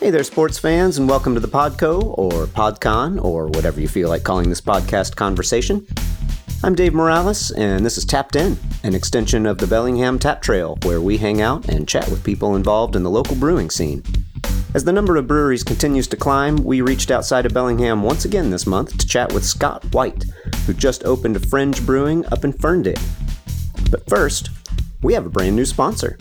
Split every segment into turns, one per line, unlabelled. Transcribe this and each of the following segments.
Hey there, sports fans, and welcome to the Podco or PodCon or whatever you feel like calling this podcast conversation. I'm Dave Morales, and this is Tapped In, an extension of the Bellingham Tap Trail, where we hang out and chat with people involved in the local brewing scene. As the number of breweries continues to climb, we reached outside of Bellingham once again this month to chat with Scott White, who just opened a Fringe Brewing up in Ferndale. But first, we have a brand new sponsor.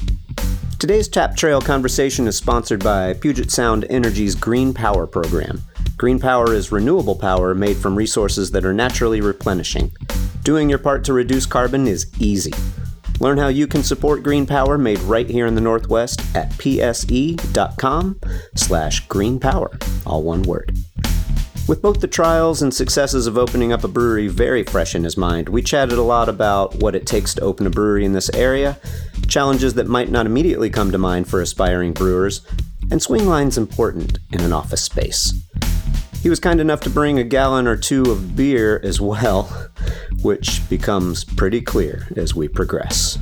Today's Tap Trail conversation is sponsored by Puget Sound Energy's Green Power program. Green power is renewable power made from resources that are naturally replenishing. Doing your part to reduce carbon is easy. Learn how you can support green power made right here in the Northwest at pse.com slash green power, all one word. With both the trials and successes of opening up a brewery very fresh in his mind, we chatted a lot about what it takes to open a brewery in this area, challenges that might not immediately come to mind for aspiring brewers, and swing lines important in an office space. He was kind enough to bring a gallon or two of beer as well, which becomes pretty clear as we progress.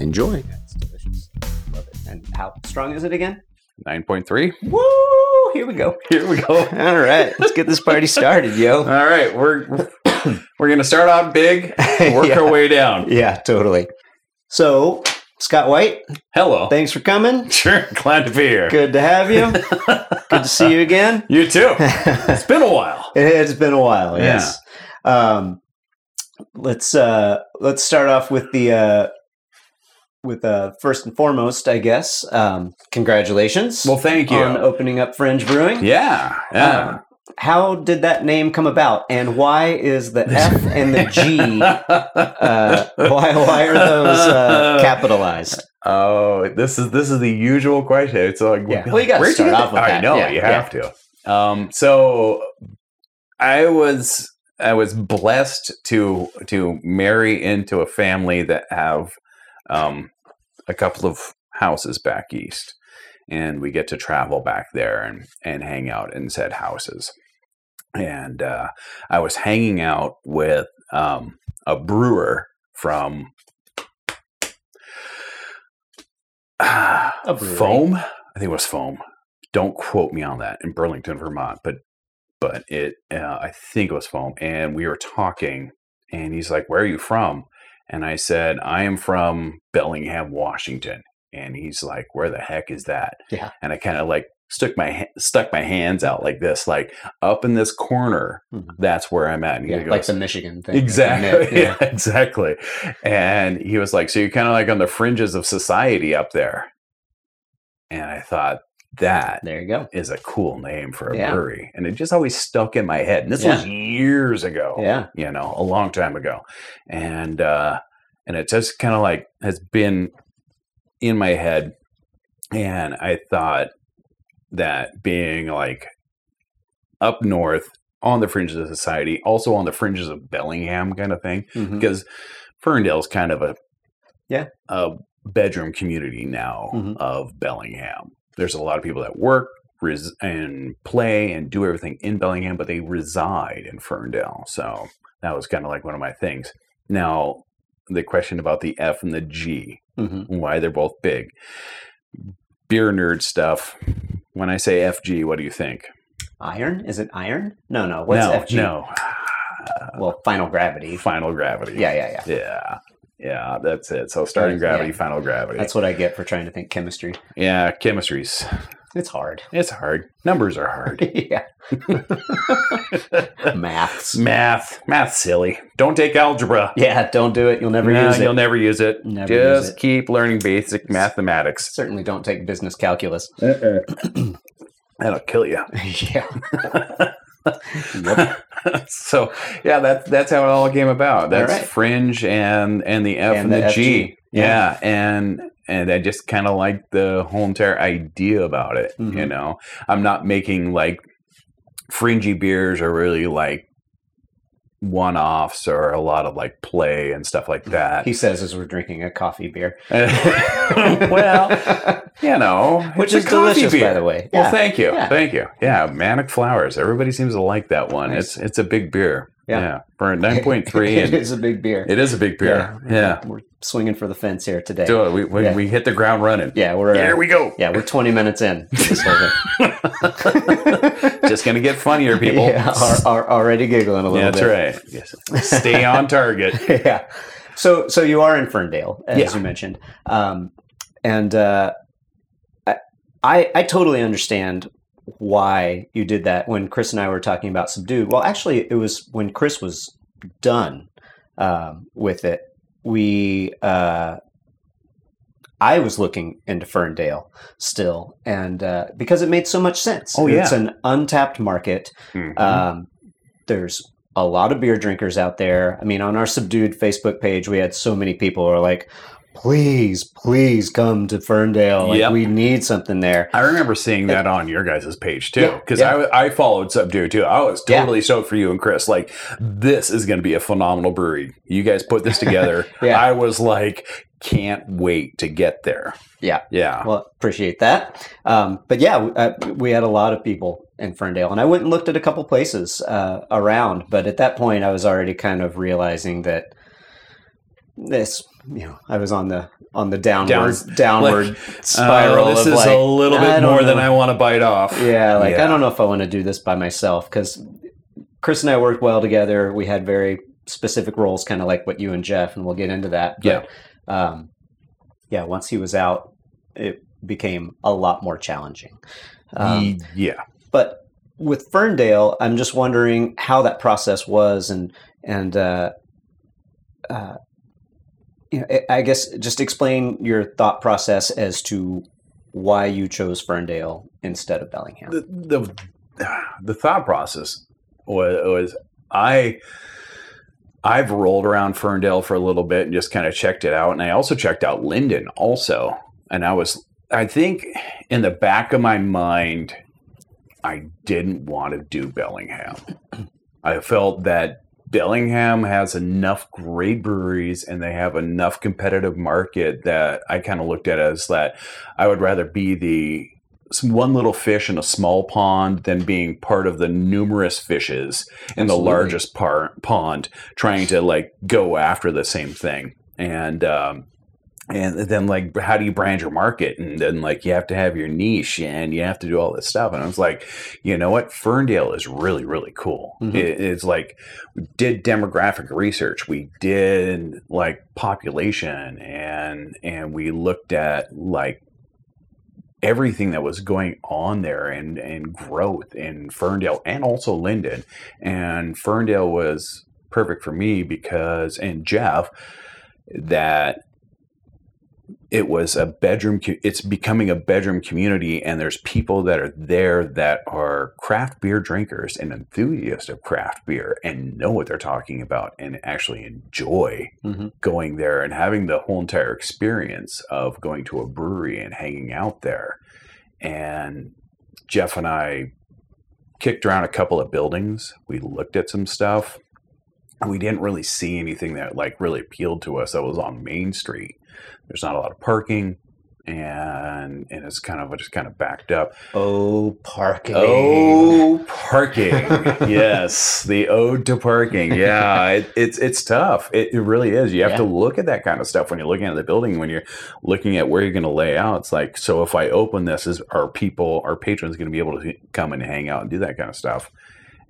Enjoy. That's delicious. Love it. And how strong is it again?
9.3.
Woo! Here we go.
Here we go.
All right, let's get this party started, yo.
All right, we're we're gonna start out big, work
Yeah.
our way down.
Yeah, totally. So, Scott White,
Hello.
thanks for coming.
Sure, glad to be here.
Good to have you. Good to see you again.
You too.
it
It's been a while.
has been a while.
Yeah.
Yes. Um, let's uh, let's start off with the uh, with uh, first and foremost, I guess. Um, congratulations
Well, thank you.
on opening up Fringe Brewing.
yeah, yeah.
Um, how did that name come about, and why is the F and the G? Uh, why why are those uh, capitalized?
oh, this is this is the usual question. It's like,
Yeah.
be
Well, you gotta
where'd
start
get
off with
I
that.
know
Yeah,
you have to. Um, so I was I was blessed to to marry into a family that have um, a couple of houses back east, and we get to travel back there and and hang out in said houses. And uh, I was hanging out with um, a brewer from.
A brewery.
Foam. I think it was Foam. Don't quote me on that in Burlington, Vermont, but but it uh, I think it was Foam. And we were talking, and he's like, "Where are you from?" And I said, "I am from Bellingham, Washington." And he's like, "Where the heck is that?"
Yeah.
And I kind of like stuck my ha- stuck my hands out like this, like up in this corner.
Mhm.
That's where I'm at. And he
Yeah,
goes,
like the Michigan thing.
Exactly.
Yeah.
Yeah, exactly. And he was like, So you're kind of like on the fringes of society up there. And I thought, That
There you go.
is a cool name for a
Yeah.
brewery. And it just always stuck in my head. And this
Yeah.
was years ago
Yeah.
you know, a long time ago. And uh and it just kind of like has been in my head and I thought that being like up north on the fringes of society, also on the fringes of Bellingham kind of thing
Mhm.
because Ferndale's kind of a
Yeah.
a bedroom community now
Mhm.
of Bellingham. There's a lot of people that work res- and play and do everything in Bellingham, but they reside in Ferndale. So that was kind of like one of my things. Now the question about the F and the G,
Mhm.
why they're both big beer nerd stuff. When I say FG, what do you think?
Iron? Is it iron? No, no. What's
no,
FG?
no,
Well, final gravity.
final gravity.
Yeah, yeah, yeah.
Yeah. Yeah, that's it. So starting
Yeah.
gravity, final gravity.
That's what I get for trying to think chemistry.
yeah, chemistry's
It's hard.
it's hard. Numbers are hard.
yeah. Maths.
Math. Math's silly. Don't take algebra.
Yeah, don't do it. You'll never
Nah,
use it.
You'll never use it.
Never use
Just
it.
keep learning basic mathematics.
Certainly don't take business calculus.
That'll kill you.
yeah.
so yeah, that's that's how it all came about. That's
right.
fringe and and the F
And
and,
the
the,
FG.
G. Yeah. and and I just kind of like the whole entire idea about it. You
Mhm.
know, I'm not making like fringy beers or really like one offs or a lot of like play and stuff like that.
He says as we're drinking a coffee beer.
well, you know,
which is
it's a coffee
delicious,
beer.
by the way.
Well, thank you,
Yeah.
thank you. Yeah, manic flowers. Everybody seems to like that one.
Nice.
It's it's a big beer.
Yeah.
for nine point three,
it
and
is a big beer.
it is a big beer. Yeah,
We're swinging for the fence here today.
do it. We we,
Yeah.
we hit the ground running.
Yeah, we're
There we go.
yeah, we're 20 minutes in. to this whole thing.
Just gonna get funnier, people.
Yeah, are, are already giggling a little
Yeah, that's
bit.
right. Yes. Stay on target.
right. yeah. So, so you are in Ferndale, as
Yeah.
you mentioned, um, and uh, I, I, I totally understand why you did that. When Chris and I were talking about Subdued, well, actually, it was when Chris was done um, with it. We, uh, I was looking into Ferndale still, and uh, because it made so much sense.
Oh, yeah.
it's an untapped market.
Mhm.
Um, there's a lot of beer drinkers out there. I mean, on our subdued Facebook page, we had so many people who are like, please, please come to Ferndale. Like,
Yep.
We need something there.
I remember seeing that on your guys' page too,
Yeah,
because
yeah.
I, I followed Subdue too. I was
Yeah.
totally stoked for you and Chris. Like, this is going to be a phenomenal brewery. You guys put this together.
Yeah.
I was like, can't wait to get there.
Yeah.
Yeah.
Well, appreciate that. Um, but yeah, w- uh, we had a lot of people in Ferndale, and I went and looked at a couple places uh, around. But at that point, I was already kind of realizing that this, you know, I was on the on the downward downward spiral.
Uh, this
of
is
like,
a little
I
bit
don't
more than
know.
I want to bite off.
Yeah, like
Yeah.
I don't know if I want to do this by myself because Chris and I worked well together. We had very specific roles, kind of like what you and Jeff, and we'll get into that.
Yeah.
um, yeah. Once he was out, it became a lot more challenging. Um,
Ye- yeah.
but with Ferndale, I'm just wondering how that process was, and and uh, uh, you know, I- I guess just explain your thought process as to why you chose Ferndale instead of Bellingham.
the the, the thought process was, was I I've rolled around Ferndale for a little bit and just kind of checked it out, and I also checked out Linden also, and I was I think in the back of my mind I didn't want to do Bellingham. I felt that Bellingham has enough great breweries and they have enough competitive market that I kind of looked at it as that I would rather be the s- one little fish in a small pond than being part of the numerous fishes in
Absolutely.
the largest par- pond trying to like go after the same thing and um and then like how do you brand your market and then like you have to have your niche and you have to do all this stuff and i was like you know what ferndale is really really cool
Mhm.
It- it's like we did demographic research we did like population and and we looked at like everything that was going on there and and growth in ferndale and also linden and ferndale was perfect for me because and jeff that it was a bedroom co- it's becoming a bedroom community and there's people that are there that are craft beer drinkers and enthusiasts of craft beer and know what they're talking about and actually enjoy
Mhm.
going there and having the whole entire experience of going to a brewery and hanging out there and jeff and i kicked around a couple of buildings we looked at some stuff we didn't really see anything that like really appealed to us that was on main street there's not a lot of parking and and it's kind of just kind of backed up
Oh, parking.
oh parking yes the ode to parking yeah it, it's it's tough it, it really is you have to look at that kind of stuff when you're looking at the building when you're looking at where you're going to lay out it's like so if i open this is are people are patrons going to be able to come and hang out and do that kind of stuff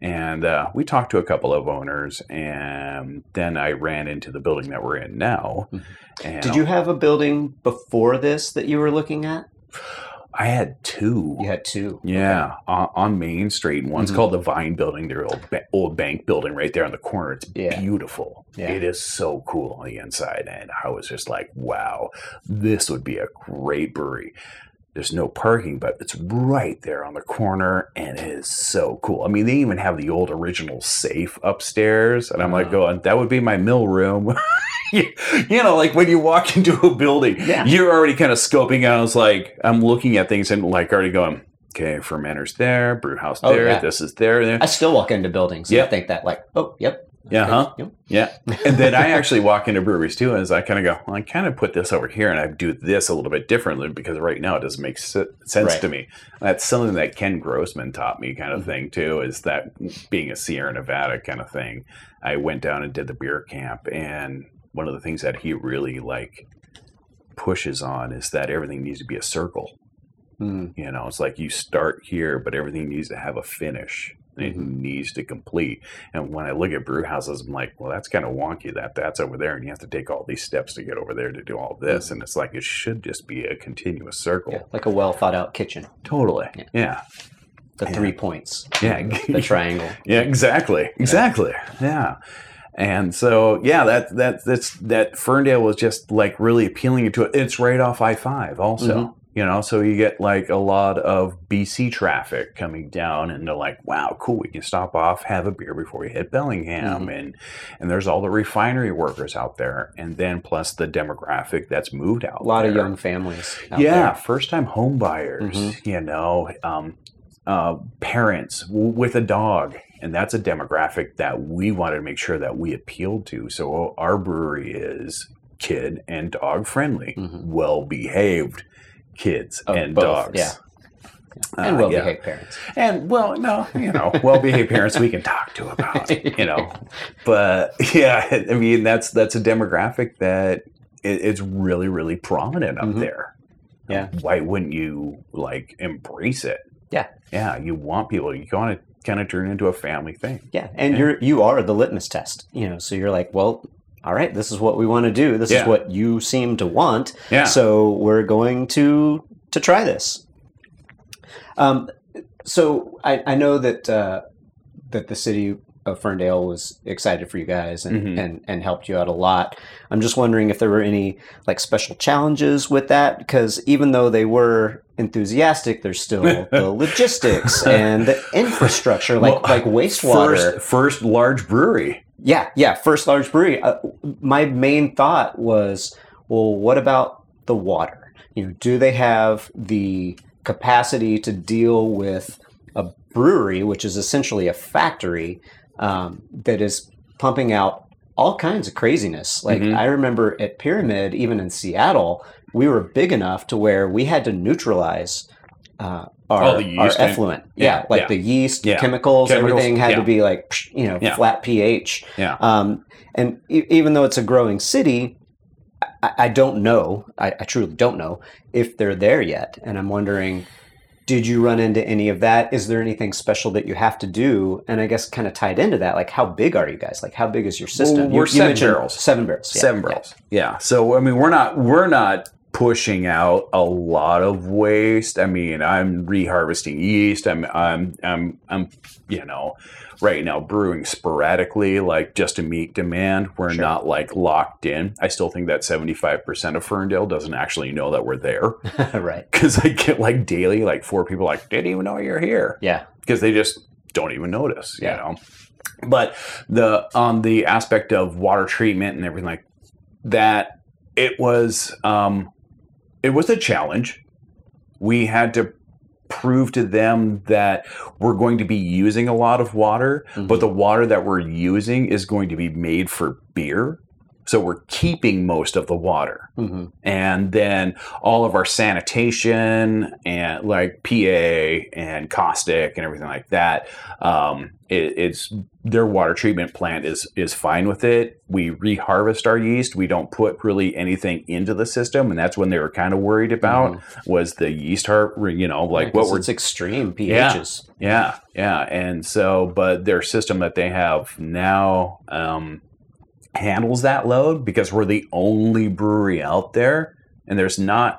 and uh, we talked to a couple of owners and then i ran into the building that we're in now
Mhm.
and
Did you have a building before this that you were looking at?
i had two
You had two.
Yeah, on, on Main Street. One's
Mhm.
called the Vine Building, their old ba- old bank building right there on the corner. It's
Yeah.
beautiful.
Yeah.
It is so cool on the inside, and I was just like, "Wow, this would be a great brewery." There's no parking, but it's right there on the corner, and it is so cool. I mean, they even have the old original safe upstairs, and I'm like,
Uh-huh.
"Going, that would be my mill room." you, you know, like when you walk into a building,
Yeah.
you're already kind of scoping out. It's like I'm looking at things and like already going, okay, fermenter's there, brew house
Oh,
there,
yeah.
this is there, there.
I still walk into buildings. and I
Yep.
think that like, oh, yep,
Yeah, huh?
Yep.
Yeah. And then I actually walk into breweries too, and I kind of go, well, I kind of put this over here and I do this a little bit differently because right now it doesn't make se- sense
Right.
to me. That's something that Ken Grossman taught me, kind of
Mhm.
thing too, is that being a Sierra Nevada kind of thing. I went down and did the beer camp, and one of the things that he really like pushes on is that everything needs to be a circle.
Mm,
You know, it's like you start here, but everything needs to have a finish. and It
Mhm.
needs to complete. And when I look at brew houses, I'm like, well, that's kind of wonky. That that's over there, and you have to take all these steps to get over there to do all this. And it's like it should just be a continuous circle.
yeah, like a well thought out kitchen.
Totally.
Yeah.
Yeah.
The
Yeah.
three points.
Yeah.
The triangle.
Yeah, exactly, exactly. Yeah, and so yeah, that that that's that Ferndale was just like really appealing to it. It's right off I five, also.
Mhm.
You know, so you get like a lot of BC traffic coming down, and they're like, "Wow, cool! We can stop off, have a beer before we hit Bellingham,"
Mhm.
and and there's all the refinery workers out there, and then plus the demographic that's moved out.
A lot of
there
young families. out
yeah
there.
first time home buyers
Mhm.
you know um, uh, parents w- with a dog and that's a demographic that we wanted to make sure that we appealed to so our brewery is kid and dog friendly
Mhm.
well behaved kids
Of
and
Oh, both,
dogs
yeah.
Uh,
And
yeah.
well behaved parents.
and well no you know well behaved parents we can talk to about you know but yeah i mean that's that's a demographic that it, it's really really prominent up
Mhm.
there
Yeah.
why wouldn't you like embrace it
Yeah.
yeah you want people you want to kind of turn it into a family thing
Yeah, and you're you are the litmus test, you know. So you're like, well, all right, this is what we want to do. This
Yeah.
is what you seem to want.
yeah
So we're going to to try this. Um, so I, I know that uh, that the city of Ferndale was excited for you guys and,
Mhm.
and and helped you out a lot. I'm just wondering if there were any like special challenges with that because even though they were enthusiastic, there's still the logistics and the infrastructure, like
Well,
like wastewater.
first first large brewery
Yeah, yeah. First large brewery. Uh, my main thought was, well, what about the water? You know, do they have the capacity to deal with a brewery, which is essentially a factory um, that is pumping out all kinds of craziness? Like
Mhm.
I remember at Pyramid, even in Seattle, we were big enough to where we had to neutralize. Uh, our,
All Oh, the
our
yeast and-
effluent,
Yeah,
yeah, like
yeah.
the yeast,
Yeah.
chemicals,
Chemicals,
everything had
yeah.
to be like psh, you know
Yeah.
flat pH.
yeah
Um, and e- even though it's a growing city, I, I don't know. I, I truly don't know if they're there yet. And I'm wondering, did you run into any of that? Is there anything special that you have to do? And I guess kind of tied into that, like how big are you guys? Like how big is your system?
Well,
You-
we're
you
seven
mentioned
barrels.
Seven barrels. yeah,
seven
yeah.
barrels yeah so i mean we're not we're not pushing out a lot of waste i mean i'm reharvesting yeast i'm i'm i'm, I'm you know right now brewing sporadically like just to meet demand we're
Sure.
not like locked in i still think that 75% of ferndale doesn't actually know that we're there
right.
because i get like daily like four people like didn't even know you're here
Yeah.
because they just don't even notice, you
Yeah.
know. But the on the aspect of water treatment and everything like that, it was um, it was a challenge. We had to prove to them that we're going to be using a lot of water,
Mhm.
but the water that we're using is going to be made for beer, so we're keeping most of the water
hmm
and then all of our sanitation and like PA and caustic and everything like that. Um, it, it's their water treatment plant is is fine with it. We reharvest our yeast. We don't put really anything into the system, and that's when they were kind of worried about was the yeast har. You know, like what we're
it's extreme
Yeah.
pHs.
yeah, yeah, and so, but their system that they have now um, handles that load because we're the only brewery out there, and there's not,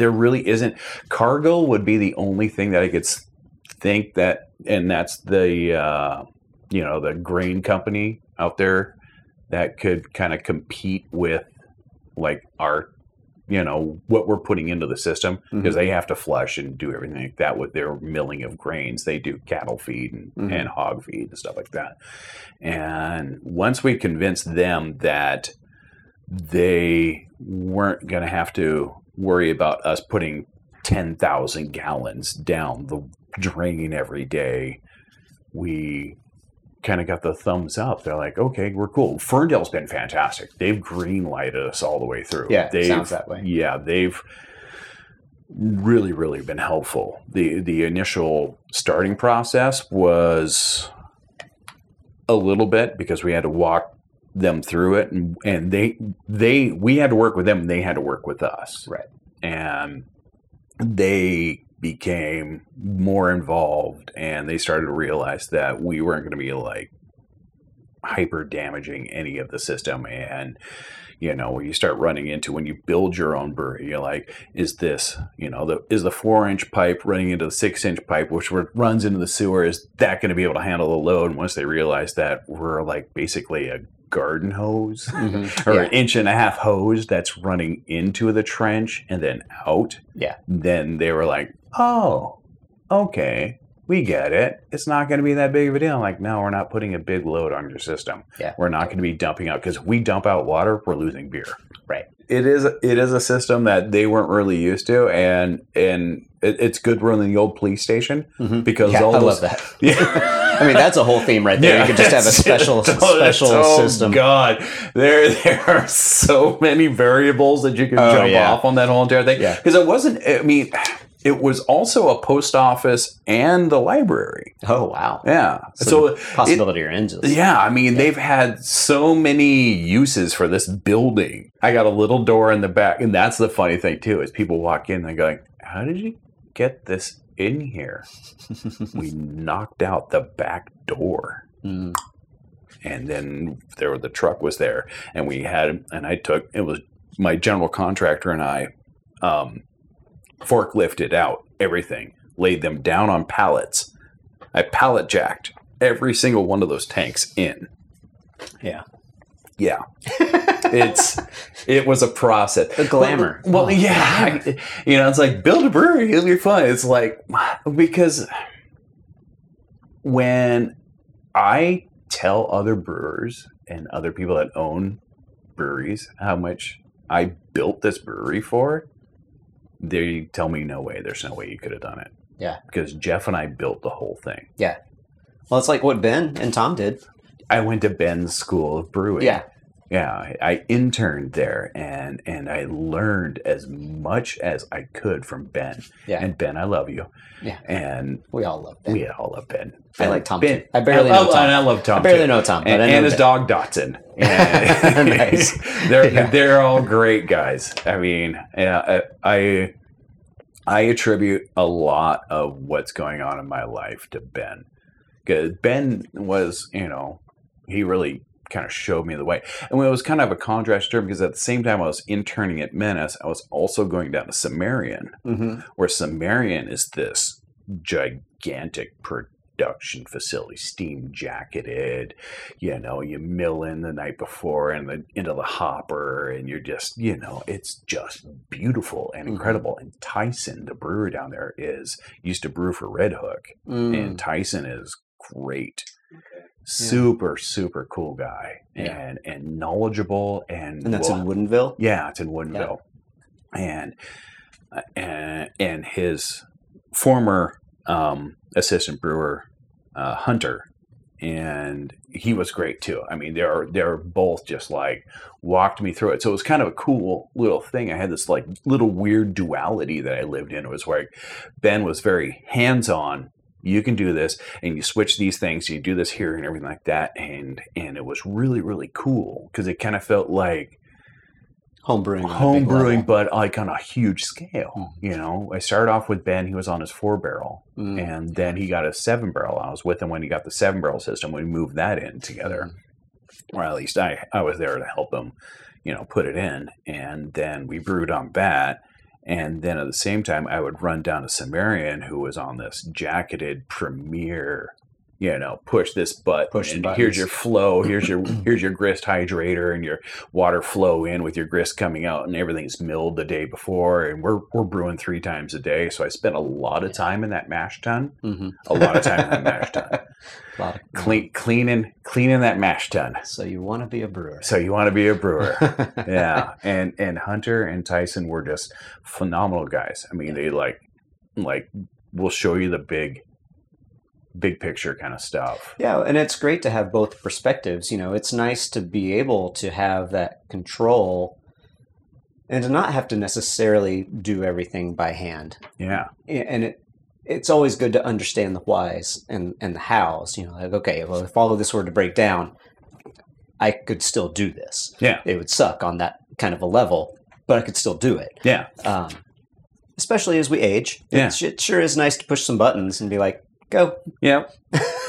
there really isn't. Cargill would be the only thing that I could s- think that, and that's the, uh, you know, the grain company out there that could kind of compete with, like our, you know, what we're putting into the system because they have to flush and do everything like that with their milling of grains. They do cattle feed and,
Mhm.
and hog feed and stuff like that. And once we convinced them that they weren't going to have to worry about us putting 10,000 gallons down the drain every day, we kind of got the thumbs up. They're like, okay, we're cool. Ferndale's been fantastic. They've greenlighted us all the way through.
Yeah, it
they've,
sounds that way.
Yeah, they've really, really been helpful. the The initial starting process was a little bit because we had to walk them through it, and, and they they we had to work with them. and They had to work with us.
Right.
and they became more involved and they started to realize that we weren't going to be like hyper damaging any of the system and you know when you start running into when you build your own brewery you're like is this you know the is the four inch pipe running into the six inch pipe which were- runs into the sewer is that going to be able to handle the load and once they realize that we're like basically a garden hose or
Yeah.
an inch and a half hose that's running into the trench and then out.
Yeah.
Then they were like, oh, okay, we get it. It's not going to be that big of a deal. I'm like, no, we're not putting a big load on your system.
Yeah.
We're not going to be dumping out because we dump out water, we're losing beer.
Right.
It is it is a system that they weren't really used to, and and it, it's good running the old police station
Mhm.
because
Yeah,
all
I
those,
love that.
Yeah.
I mean, that's a whole theme right there. you could just have a
that's it.
special
That's-
special
oh
system.
God, there there are so many variables that you can
Oh,
jump
yeah.
off on that whole entire thing.
Yeah.
because it wasn't. I mean, it was also a post office and the library.
Oh wow,
Yeah,
So
so, it,
possibility are endless.
yeah, I mean, they've had so many uses for this building. I got a little door in the back, and that's the funny thing too is people walk in, they're going, "How did you get this in here?" we knocked out the back door
Mm.
and then there the truck was there and we had and i took it was my general contractor and i um, forklifted out everything laid them down on pallets i pallet jacked every single one of those tanks in
Yeah.
yeah it's it was a process
The glamour.
well,
Oh,
yeah I- you know it's like build a brewery it'll be fun it's like because when I tell other brewers and other people that own breweries how much I built this brewery for, they tell me no way. There's no way you could have done it.
Yeah.
Because Jeff and I built the whole thing.
Well, it's like what Ben and Tom did.
I went to Ben's School of Brewing.
Yeah.
Yeah, I- I interned there and and I learned as much as I could from Ben.
Yeah.
And Ben, I love you.
Yeah.
And
We all love Ben.
we all love Ben.
I
Ben-
like Tom
Ben.
too. I barely
I,
know Tom.
and I love Tom.
I barely
too.
know Tom, but
and,
I know
and his
Ben.
dog Dotson. And-
Nice.
They're
Yeah.
they're all great guys. I mean, yeah, I I- I attribute a lot of what's going on in my life to Ben because Ben was you know he really kind of showed me the way. And it was kind of a contrast term because at the same time I was interning at Menace, I was also going down to Sumerian
Mhm.
where Sumerian is this gigantic production facility, steam jacketed. You know, you mill in the night before and the, into the hopper, and you're just, you know, it's just beautiful and
Mhm.
incredible. And Tyson, the brewer down there, is used to brew for Red Hook,
Mm.
and Tyson is great. Super, super cool guy,
Yeah.
and and knowledgeable, and
And that's
will
in Woodinville.
yeah, it's in Woodinville, and and and his former um, assistant brewer uh, Hunter, and he was great too. I mean, they're they're both just like walked me through it. So it was kind of a cool little thing. I had this like little weird duality that I lived in. It was where Ben was very hands on. You can do this, and you switch these things. You do this here and everything like that, and and it was really really cool because it kind of felt like
Home brewing. on a
home
big
brewing,
level.
but like on a huge scale.
Mhm.
You know, I started off with Ben. He was on his four barrel,
Mm.
and then he got a seven barrel. I was with him when he got the seven barrel system. We moved that in together, or at least I I was there to help him, you know, put it in. And then we brewed on that. And then at the same time, I would run down to Sumerian, who was on this jacketed premier. You know, push this button.
Push the
and
buttons.
here's your flow. Here's your here's your grist hydrator and your water flow in with your grist coming out and everything's milled the day before and we're, we're brewing three times a day so i spent a lot of time in that mash tun
Mhm.
a lot of time in that mash tun
Lot of-
Clean, cleaning cleaning that mash tun
So you want to be a brewer.
so you want to be a brewer yeah and and hunter and tyson were just phenomenal guys i mean they like like will show you the big big picture kind of stuff.
Yeah, and it's great to have both perspectives. You know, it's nice to be able to have that control and to not have to necessarily do everything by hand.
Yeah.
And it, it's always good to understand the whys and, and the hows. You know, like, okay, well, if all of this were to break down, I could still do this.
Yeah.
It would suck on that kind of a level, but I could still do it.
Yeah.
Um, especially as we age,
Yeah.
it's, it sure is nice to push some buttons and be like, go.
Yeah.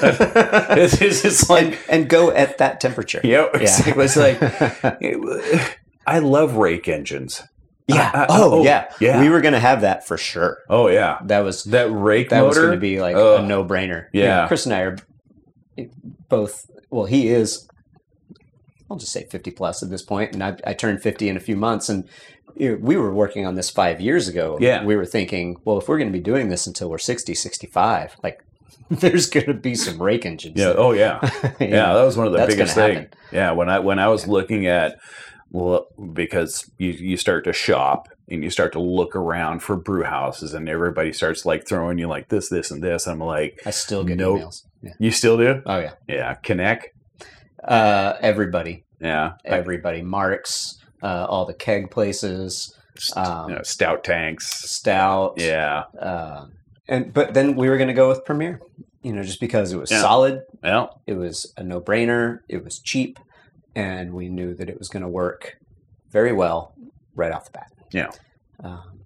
It's, it's
and,
just like,
and go at that temperature.
yep.
Yeah.
Exactly. It's like, it- I love rake engines.
Yeah.
I- I-
oh,
oh,
yeah.
yeah.
We were gonna have that for sure.
Oh, yeah.
That was
That rake
that was
motor.
gonna be like a
Ugh.
no brainer.
Yeah.
Chris and I are both. Well, he is. I'll just say fifty plus at this point, and I, I turned fifty in a few months, and you know, we were working on this five years ago.
Yeah.
We were thinking, well, if we're gonna be doing this until we're 60, 65, like there's gonna be some rake engines.
yeah. Oh, yeah.
You
yeah,
know?
that was one of the
that's
biggest
gonna
things.
happen.
Yeah, when I when I was looking at well, because you you start to shop and you start to look around for brew houses and everybody starts like throwing you like this, this, and this. I'm like,
I still get
Nope.
emails. Yeah.
you still do?
Oh yeah.
Yeah, Connect.
Uh, everybody.
Yeah, like,
everybody marks uh, all the keg places
st-
um,
you know, stout tanks.
stout
Yeah,
um, and but then we were going to go with premier you know just because it was
Yeah.
solid
well,
it was a no-brainer it was cheap and we knew that it was going to work very well right off the bat
Yeah.
um,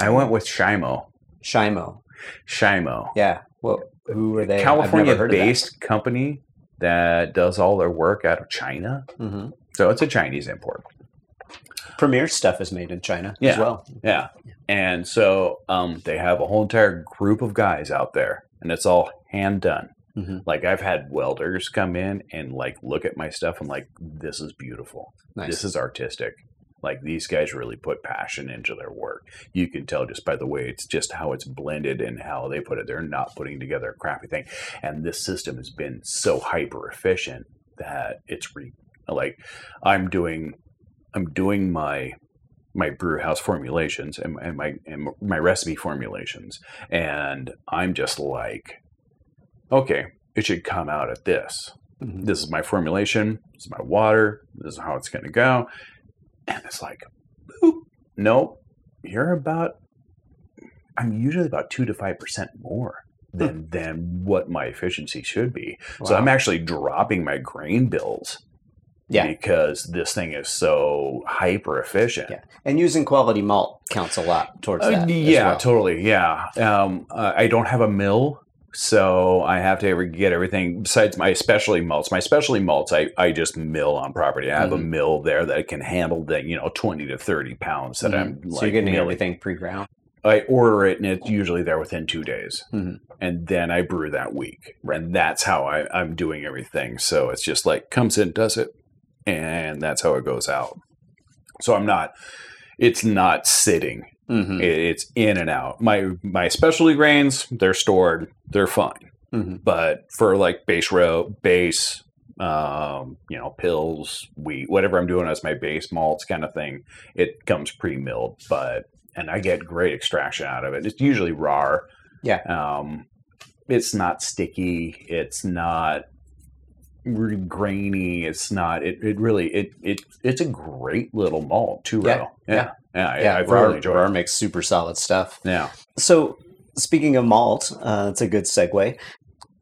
I went with Shimo.
shimo
Shimo,
yeah well who were they I've never heard of that.
California-based company that does all their work out of China.
Mhm.
So it's a Chinese import.
premier stuff is made in china as
Yeah.
well
Yeah. And so um, they have a whole entire group of guys out there, and it's all hand done.
Mhm.
Like I've had welders come in and like look at my stuff and like this is beautiful.
nice
This is artistic. Like these guys really put passion into their work. You can tell just by the way it's just how it's blended and how they put it. They're not putting together a crappy thing. And this system has been so hyper efficient that it's re- like I'm doing I'm doing my my brew house formulations and, and my and my recipe formulations and I'm just like okay it should come out at this
Mhm.
this is my formulation this is my water this is how it's going to go and it's like boop, nope you're about I'm usually about 2 to 5% more than than what my efficiency should be so
Hmm. Wow.
I'm actually dropping my grain bills
Yeah.
because this thing is so hyper efficient.
Yeah. and using quality malt counts a lot towards
Uh,
that as
yeah,
well.
totally. Yeah. Um, uh, I don't have a mill, so I have to ever get everything besides my specialty malts. My specialty malts, I, I just mill on property. I have
Mhm.
a mill there that can handle the, you know, 20 to 30 pounds that I'm
Mhm.
like,
so you're getting
milling.
everything pre-ground
I order it and it's usually there within two days.
Mhm.
And then I brew that week. And that's how I, I'm doing everything. So it's just like comes in, does it, and that's how it goes out. So I'm not it's not sitting.
mm-hmm.
It- It's in and out. My my specialty grains, they're stored, they're fine.
Mm-hmm.
But for like base row base um, you know, pills, wheat, whatever I'm doing as my base malts kind of thing, it comes pre-milled, but and I get great extraction out of it. It's usually raw.
Yeah.
Um, it's not sticky. It's not r- grainy. It's not. It, it really. It it it's a great little malt two
Yeah,
row. Yeah. Yeah. I,
yeah,
I've
Rar,
really enjoyed.
Rar
it.
makes super solid stuff.
Yeah.
So, speaking of malt, uh, that's a good segue.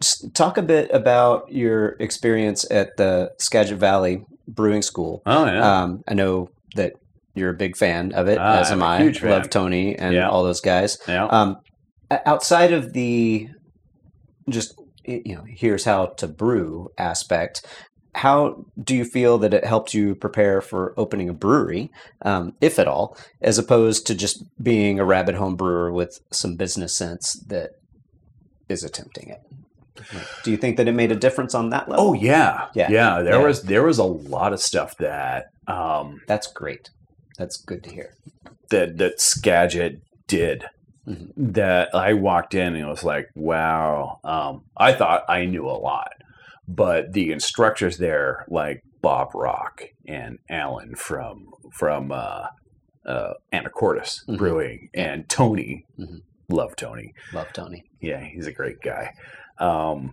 Just talk a bit about your experience at the Skagit Valley Brewing School.
Oh yeah.
Um, I know that you're a big fan of it,
Ah,
as am
I'm
I.
a huge fan.
Love Tony and
Yeah.
all those guys.
yeah.
Um, o- outside of the just y- you know, here's how to brew aspect. How do you feel that it helped you prepare for opening a brewery, um, if at all, as opposed to just being a rabbit home brewer with some business sense that is attempting it? Like, do you think that it made a difference on that level?
oh yeah.
Yeah.
Yeah. There
Yeah.
was there was a lot of stuff that um
that's great. That's good to hear.
that that Skagit did.
Mhm.
That I walked in and it was like, wow. Um, I thought I knew a lot, but the instructors there, like Bob Rock and Alan from from uh, uh, Anacortes
Mhm.
Brewing and Tony
Mhm.
love Tony.
Love Tony.
Yeah, he's a great guy. Um,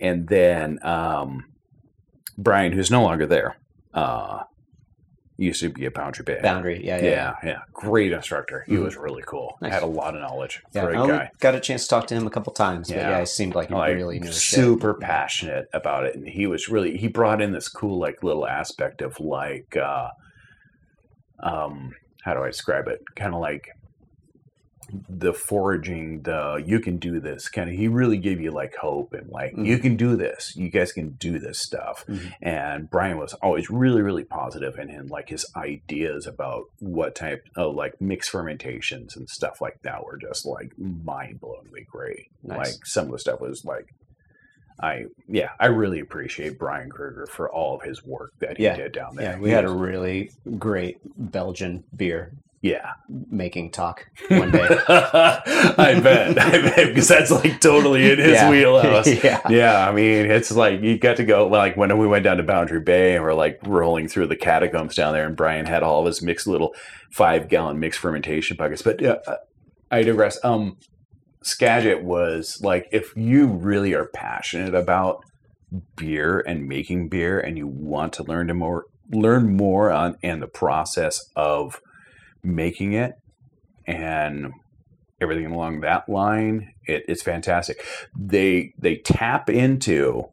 and then um, Brian, who's no longer there, uh, used to be a boundary band.
Boundary. Yeah, yeah.
yeah, yeah, great instructor. He
Mhm.
was really cool.
Nice.
Had a lot of knowledge.
Yeah,
great
I only
guy.
got a chance to talk to him a couple times, but
Yeah.
yeah, it seemed like he
like
really knew his shit.
super passionate about it and he was really he brought in this cool like little aspect of like uh um how do i describe it kind of like the foraging the you can do this kind of he really gave you like hope and like
Mhm.
you can do this you guys can do this stuff
Mhm.
and brian was always really really positive in him like his ideas about what type of like mixed fermentations and stuff like that were just like mind-blowingly great
Nice.
like some of the stuff was like i yeah i really appreciate brian kruger for all of his work that he
Yeah.
did down there
Yeah, we
He
had a
was-
really great Belgian beer
yeah
making talk one day.
i bet i bet because that's like totally in his
Yeah.
wheelhouse
yeah.
yeah, I mean, it's like you got to go like when we went down to Boundary Bay and we're like rolling through the catacombs down there, and Brian had all of his mixed little five gallon mixed fermentation buckets. But yeah, uh, I digress. Um, Skagit was like if you really are passionate about beer and making beer, and you want to learn to more learn more on and the process of making it and everything along that line. It, it's fantastic. They they tap into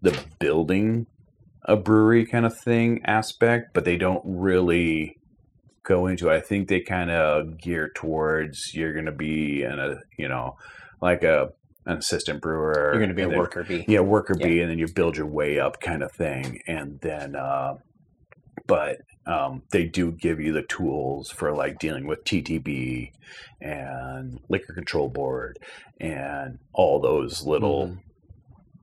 the building a brewery kind of thing aspect, but they don't really go into. It. I think they kind of gear towards you're going to be in a you know like a an assistant brewer.
You're going to be a
and then-
worker bee.
yeah, worker
Yeah.
bee, and then you build your way up, kind of thing. And then, uh, but um, they do give you the tools for like dealing with TTB and liquor control board and all those little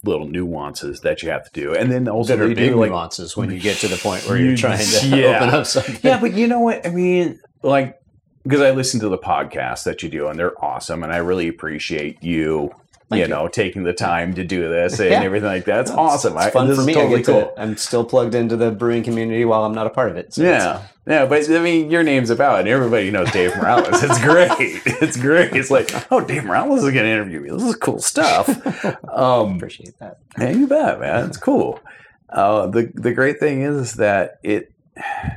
little nuances that you have to do. And then also
Mm-hmm. That are
they
big
do like
nuances when you get to the point where you're trying to
Yeah.
open up something.
yeah, but you know what? I mean, like, because I listen to the podcasts that you do, and they're awesome, and I really appreciate you,
Thank
you,
you.
know, taking the time to do this and
Yeah.
everything like that. It's
Well,
awesome.
It's
I-
fun
this
for
is
me.
Totally
I get to-
cool.
I'm still plugged into the brewing community while I'm not a part of it. So it's-
yeah, yeah, but I mean, your name's about, and everybody knows Dave Morales. It's great. It's great. It's like, oh, Dave Morales is going to interview me. This is cool stuff. Um,
appreciate that.
Yeah, you bet, man. It's cool. Uh, the the great thing is that it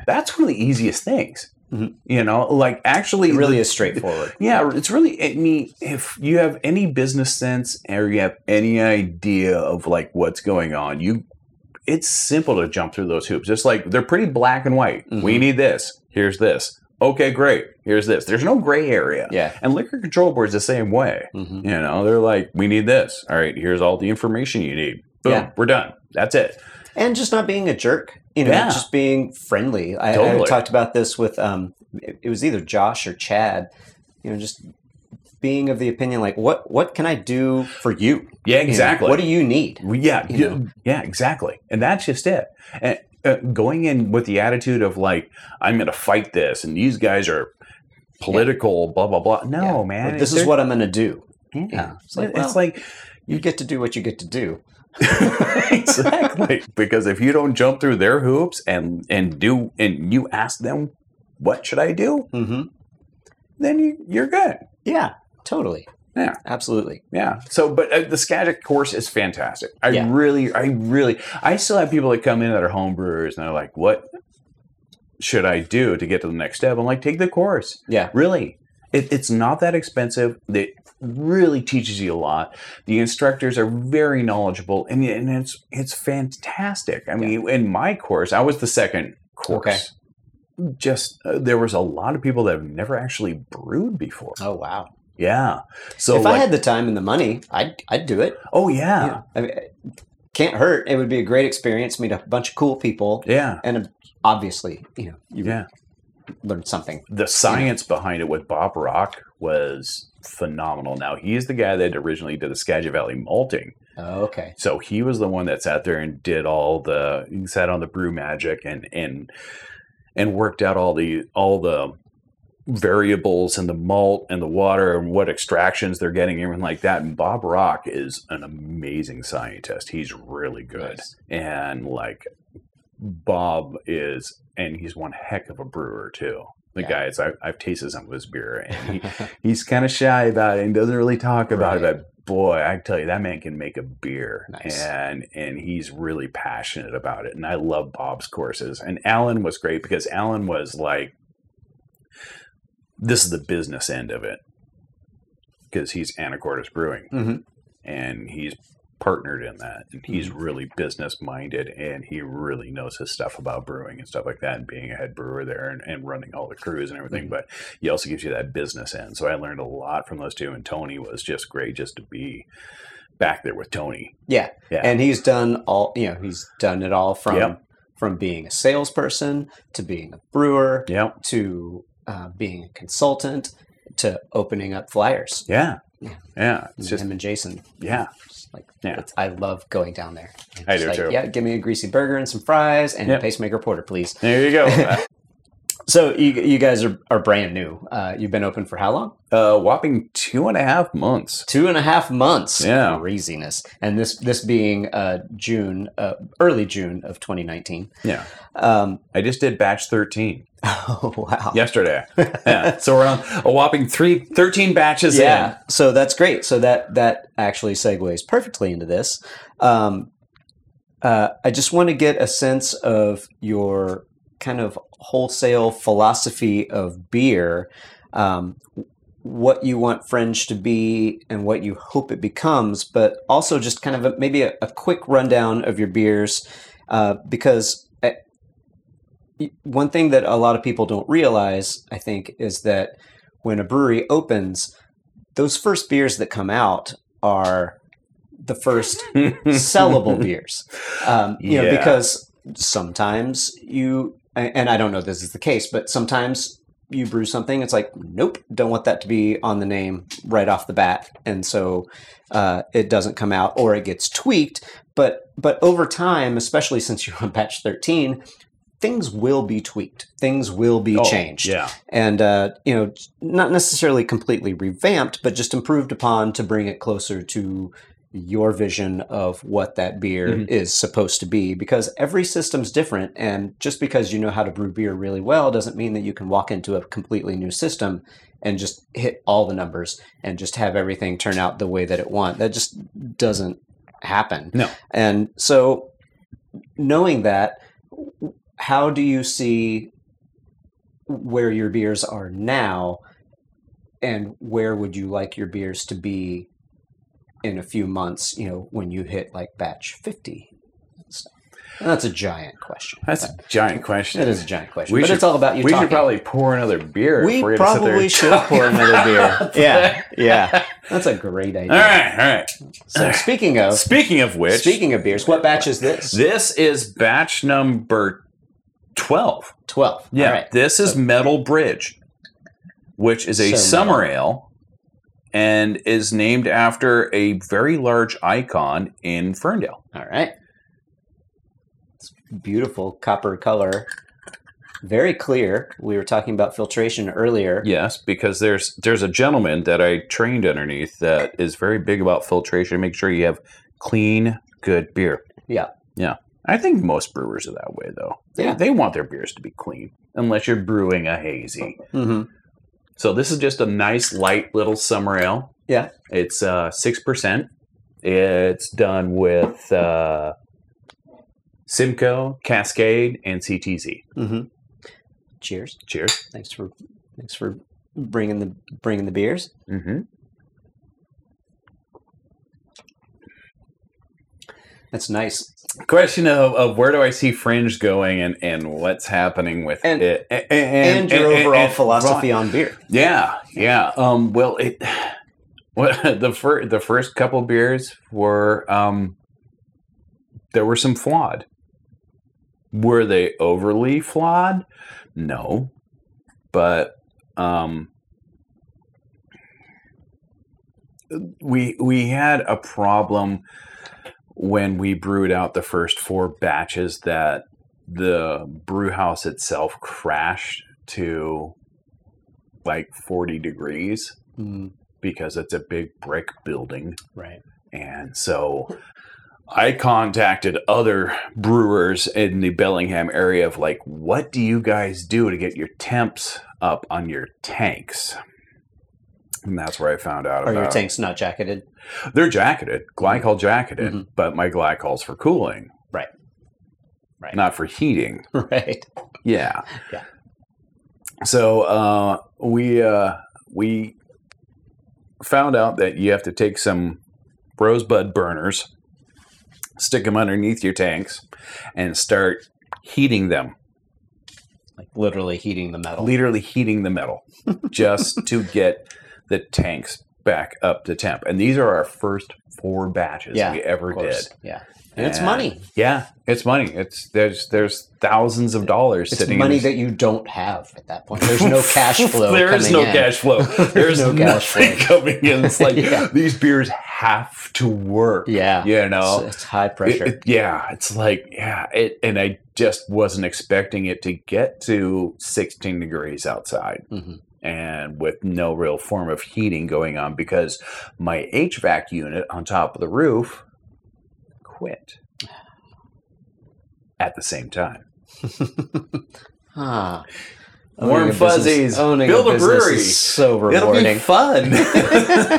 that's one of the easiest things.
Mhm.
You know, like actually,
It really
the-
is straightforward.
Yeah, it's really. I mean, if you have any business sense or you have any idea of like what's going on, you it's simple to jump through those hoops. It's like they're pretty black and white. We
Mhm.
need this. Here's this. Okay, great. Here's this. There's no gray area.
Yeah.
And liquor control board's the same way.
hmm
You know, they're like, we need this. All right, here's all the information you need. Boom,
Yeah.
we're done. That's it.
And just not being a jerk, you know,
Yeah.
just being friendly. I, I
Totally.
talked about this with, um, it it was either Josh or Chad, you know, just being of the opinion, like, what, what can I do for you? You know,
Yeah, exactly.
what do you need?
Well, yeah,
You
yeah,
know?
yeah, exactly. And that's just it. And uh, going in with the attitude of like, I'm going to fight this, and these guys are political, blah blah blah. No, man,
Like, this is
they're-
what I'm going to do.
Yeah,
It's like,
it's
well,
like
you get to do what you get to do.
exactly because if you don't jump through their hoops and and do and you ask them, what should I do?
hmm
Then you, you're good.
Yeah, totally.
Yeah.
absolutely.
Yeah. So, but uh, the Skagit course is fantastic. I
Yeah.
really, I really, I still have people that come in that are home brewers and they're like, what should I do to get to the next step? I'm like, take the course.
Yeah.
Really. It, it's not that expensive. It really teaches you a lot. The instructors are very knowledgeable and, and it's, it's fantastic. I mean, in my course, I was the second course. Just uh, there was a lot of people that have never actually brewed before.
Oh wow!
Yeah. So
if I
like-
had the time and the money, I'd I'd do it.
oh yeah.
I mean, it can't hurt. It would be a great experience. Meet a bunch of cool people,
Yeah.
and obviously, you know, you
Yeah.
learn something.
The science behind it with Bob Rock was phenomenal. Now, he is the guy that originally did the Skagit Valley malting.
Oh, okay.
So he was the one that sat there and did all the he sat on the brew magic and and and worked out all the all the variables and the malt and the water and what extractions they're getting everything like that. And Bob Rock is an amazing scientist. He's really good
Nice.
and like Bob is and he's one heck of a brewer too. The
Yeah.
guy is I, I've tasted some of his beer, and he, he's kind of shy about it and doesn't really talk about
Right.
it. But boy, I tell you, that man can make a beer,
Nice.
and and he's really passionate about it. And I love Bob's courses. And Alan was great because Alan was like, this is the business end of it because he's Anacortes Brewing
Mhm.
and he's partnered in that and he's
Mm-hmm.
really business minded and he really knows his stuff about brewing and stuff like that and being a head brewer there and, and running all the crews and
Mm-hmm.
everything but he also gives you that business end so i learned a lot from those two and tony was just great just to be back there with tony
Yeah.
Yeah.
And he's done all, you know, he's done it all from
Yep.
from being a salesperson to being a brewer
yeah
to uh, being a consultant to opening up flyers.
yeah
Yeah.
yeah it's just
him and Jason.
yeah
Just like
Yeah.
it's- I love going down there. And
I
just
do
like,
too.
Yeah, give me a greasy burger and some fries and a
Yep.
pacemaker porter, please.
there you go Uh,
So you, you guys are, are brand new. Uh, you've been open for how long?
uh whopping two and a half months
Two and a half months.
Yeah.
craziness. And this this being uh, June, uh, early June of 2019.
yeah
Um,
i just did batch 13
oh wow.
yesterday yeah so we're on a whopping three 13 batches in.
yeah so that's great so that that actually segues perfectly into this um, uh, i just want to get a sense of your kind of wholesale philosophy of beer um, what you want fringe to be and what you hope it becomes but also just kind of a, maybe a, a quick rundown of your beers uh, because uh, y- one thing that a lot of people don't realize i think is that when a brewery opens those first beers that come out are the first sellable beers. Um, you know,
Yeah.
because sometimes you, and I don't know if this is the case, but sometimes you brew something, it's like, nope, don't want that to be on the name right off the bat. And so uh, it doesn't come out or it gets tweaked. But, but over time, especially since you're on batch 13, things will be tweaked, things will be
Oh,
changed
yeah
and uh, you know not necessarily completely revamped but just improved upon to bring it closer to your vision of what that beer
Mhm.
is supposed to be because every system's different and just because you know how to brew beer really well doesn't mean that you can walk into a completely new system and just hit all the numbers and just have everything turn out the way that it want that just doesn't happen
No.
and so knowing that how do you see where your beers are now and where would you like your beers to be in a few months you know when you hit like batch 50 and stuff? And that's a giant question
That's a giant question.
that is a giant question
We
but
should-
it's all about you
we
talking.
should probably pour another beer. if
We
we're gonna sit there
probably
and
should
talk.
pour another beer yeah yeah
all
that's a great idea
right, all right.
so speaking of
Speaking of which,
Oh. speaking of beers what batch is this
this is batch number twelve.
12
Yeah,
all right
this is Metal Bridge, which is a
So
summer ale, and is named after a very large icon in Ferndale.
all right it's beautiful copper color very clear we were talking about filtration earlier
Yes, because there's there's a gentleman that I trained underneath that is very big about filtration. Make sure you have clean, good beer.
Yeah.
Yeah. I think most brewers are that way though. They,
Yeah.
they want their beers to be clean unless you're brewing a hazy.
mm-hmm.
So this is just a nice light little summer ale.
Yeah.
It's uh 6%. It's done with uh Simcoe, Cascade, and CTZ.
Mm-hmm. Cheers!
Cheers.
Thanks for thanks for bringing the bringing the beers.
Mm-hmm.
That's nice.
question of, of where do I see Fringe going and, and what's happening with
And-
it and,
And, your
and-
overall
and-
philosophy on beer.
yeah, yeah. Um, well, it what the first the first couple beers were um, there were some flawed. Were they overly flawed? No, but um, we we had a problem when we brewed out the first four batches that the brew house itself crashed to like 40 degrees
Mm,
because it's a big brick building.
right.
And so I contacted other brewers in the Bellingham area of like, what do you guys do to get your temps up on your tanks. And that's where I found out
Are
about
your tanks not jacketed?
they're jacketed, glycol jacketed,
Mhm.
but my glycol's for cooling.
Right. Right.
Not for heating.
right.
Yeah.
Yeah.
So uh, we uh, we found out that you have to take some rosebud burners, stick them underneath your tanks, and start heating them.
Like literally heating the metal.
Literally heating the metal just to get the tanks back up to temp. And these are our first four batches
Yeah,
we
Of
ever did.
course. Yeah. And, it's
And
money.
Yeah, it's money. It's there's there's thousands of dollars
It's
sitting. in
money
this-
that you don't have at that point. There's no cash flow.
there is
coming
no
in.
cash flow. There's,
no cash
nothing coming in. It's like
Yeah.
these beers have to work.
Yeah.
you
It's,
know.
it's high
It-
pressure.
it- yeah, it's like yeah, it, and I just wasn't expecting it to get to 16 degrees outside
hmm
and with no real form of heating going on because my HVAC unit on top of the roof quit at the same time.
Ah,
Warm
Owning a business-
fuzzies.
owning
Build a
business is
brewery.
so
It'll
rewarding.
be fun.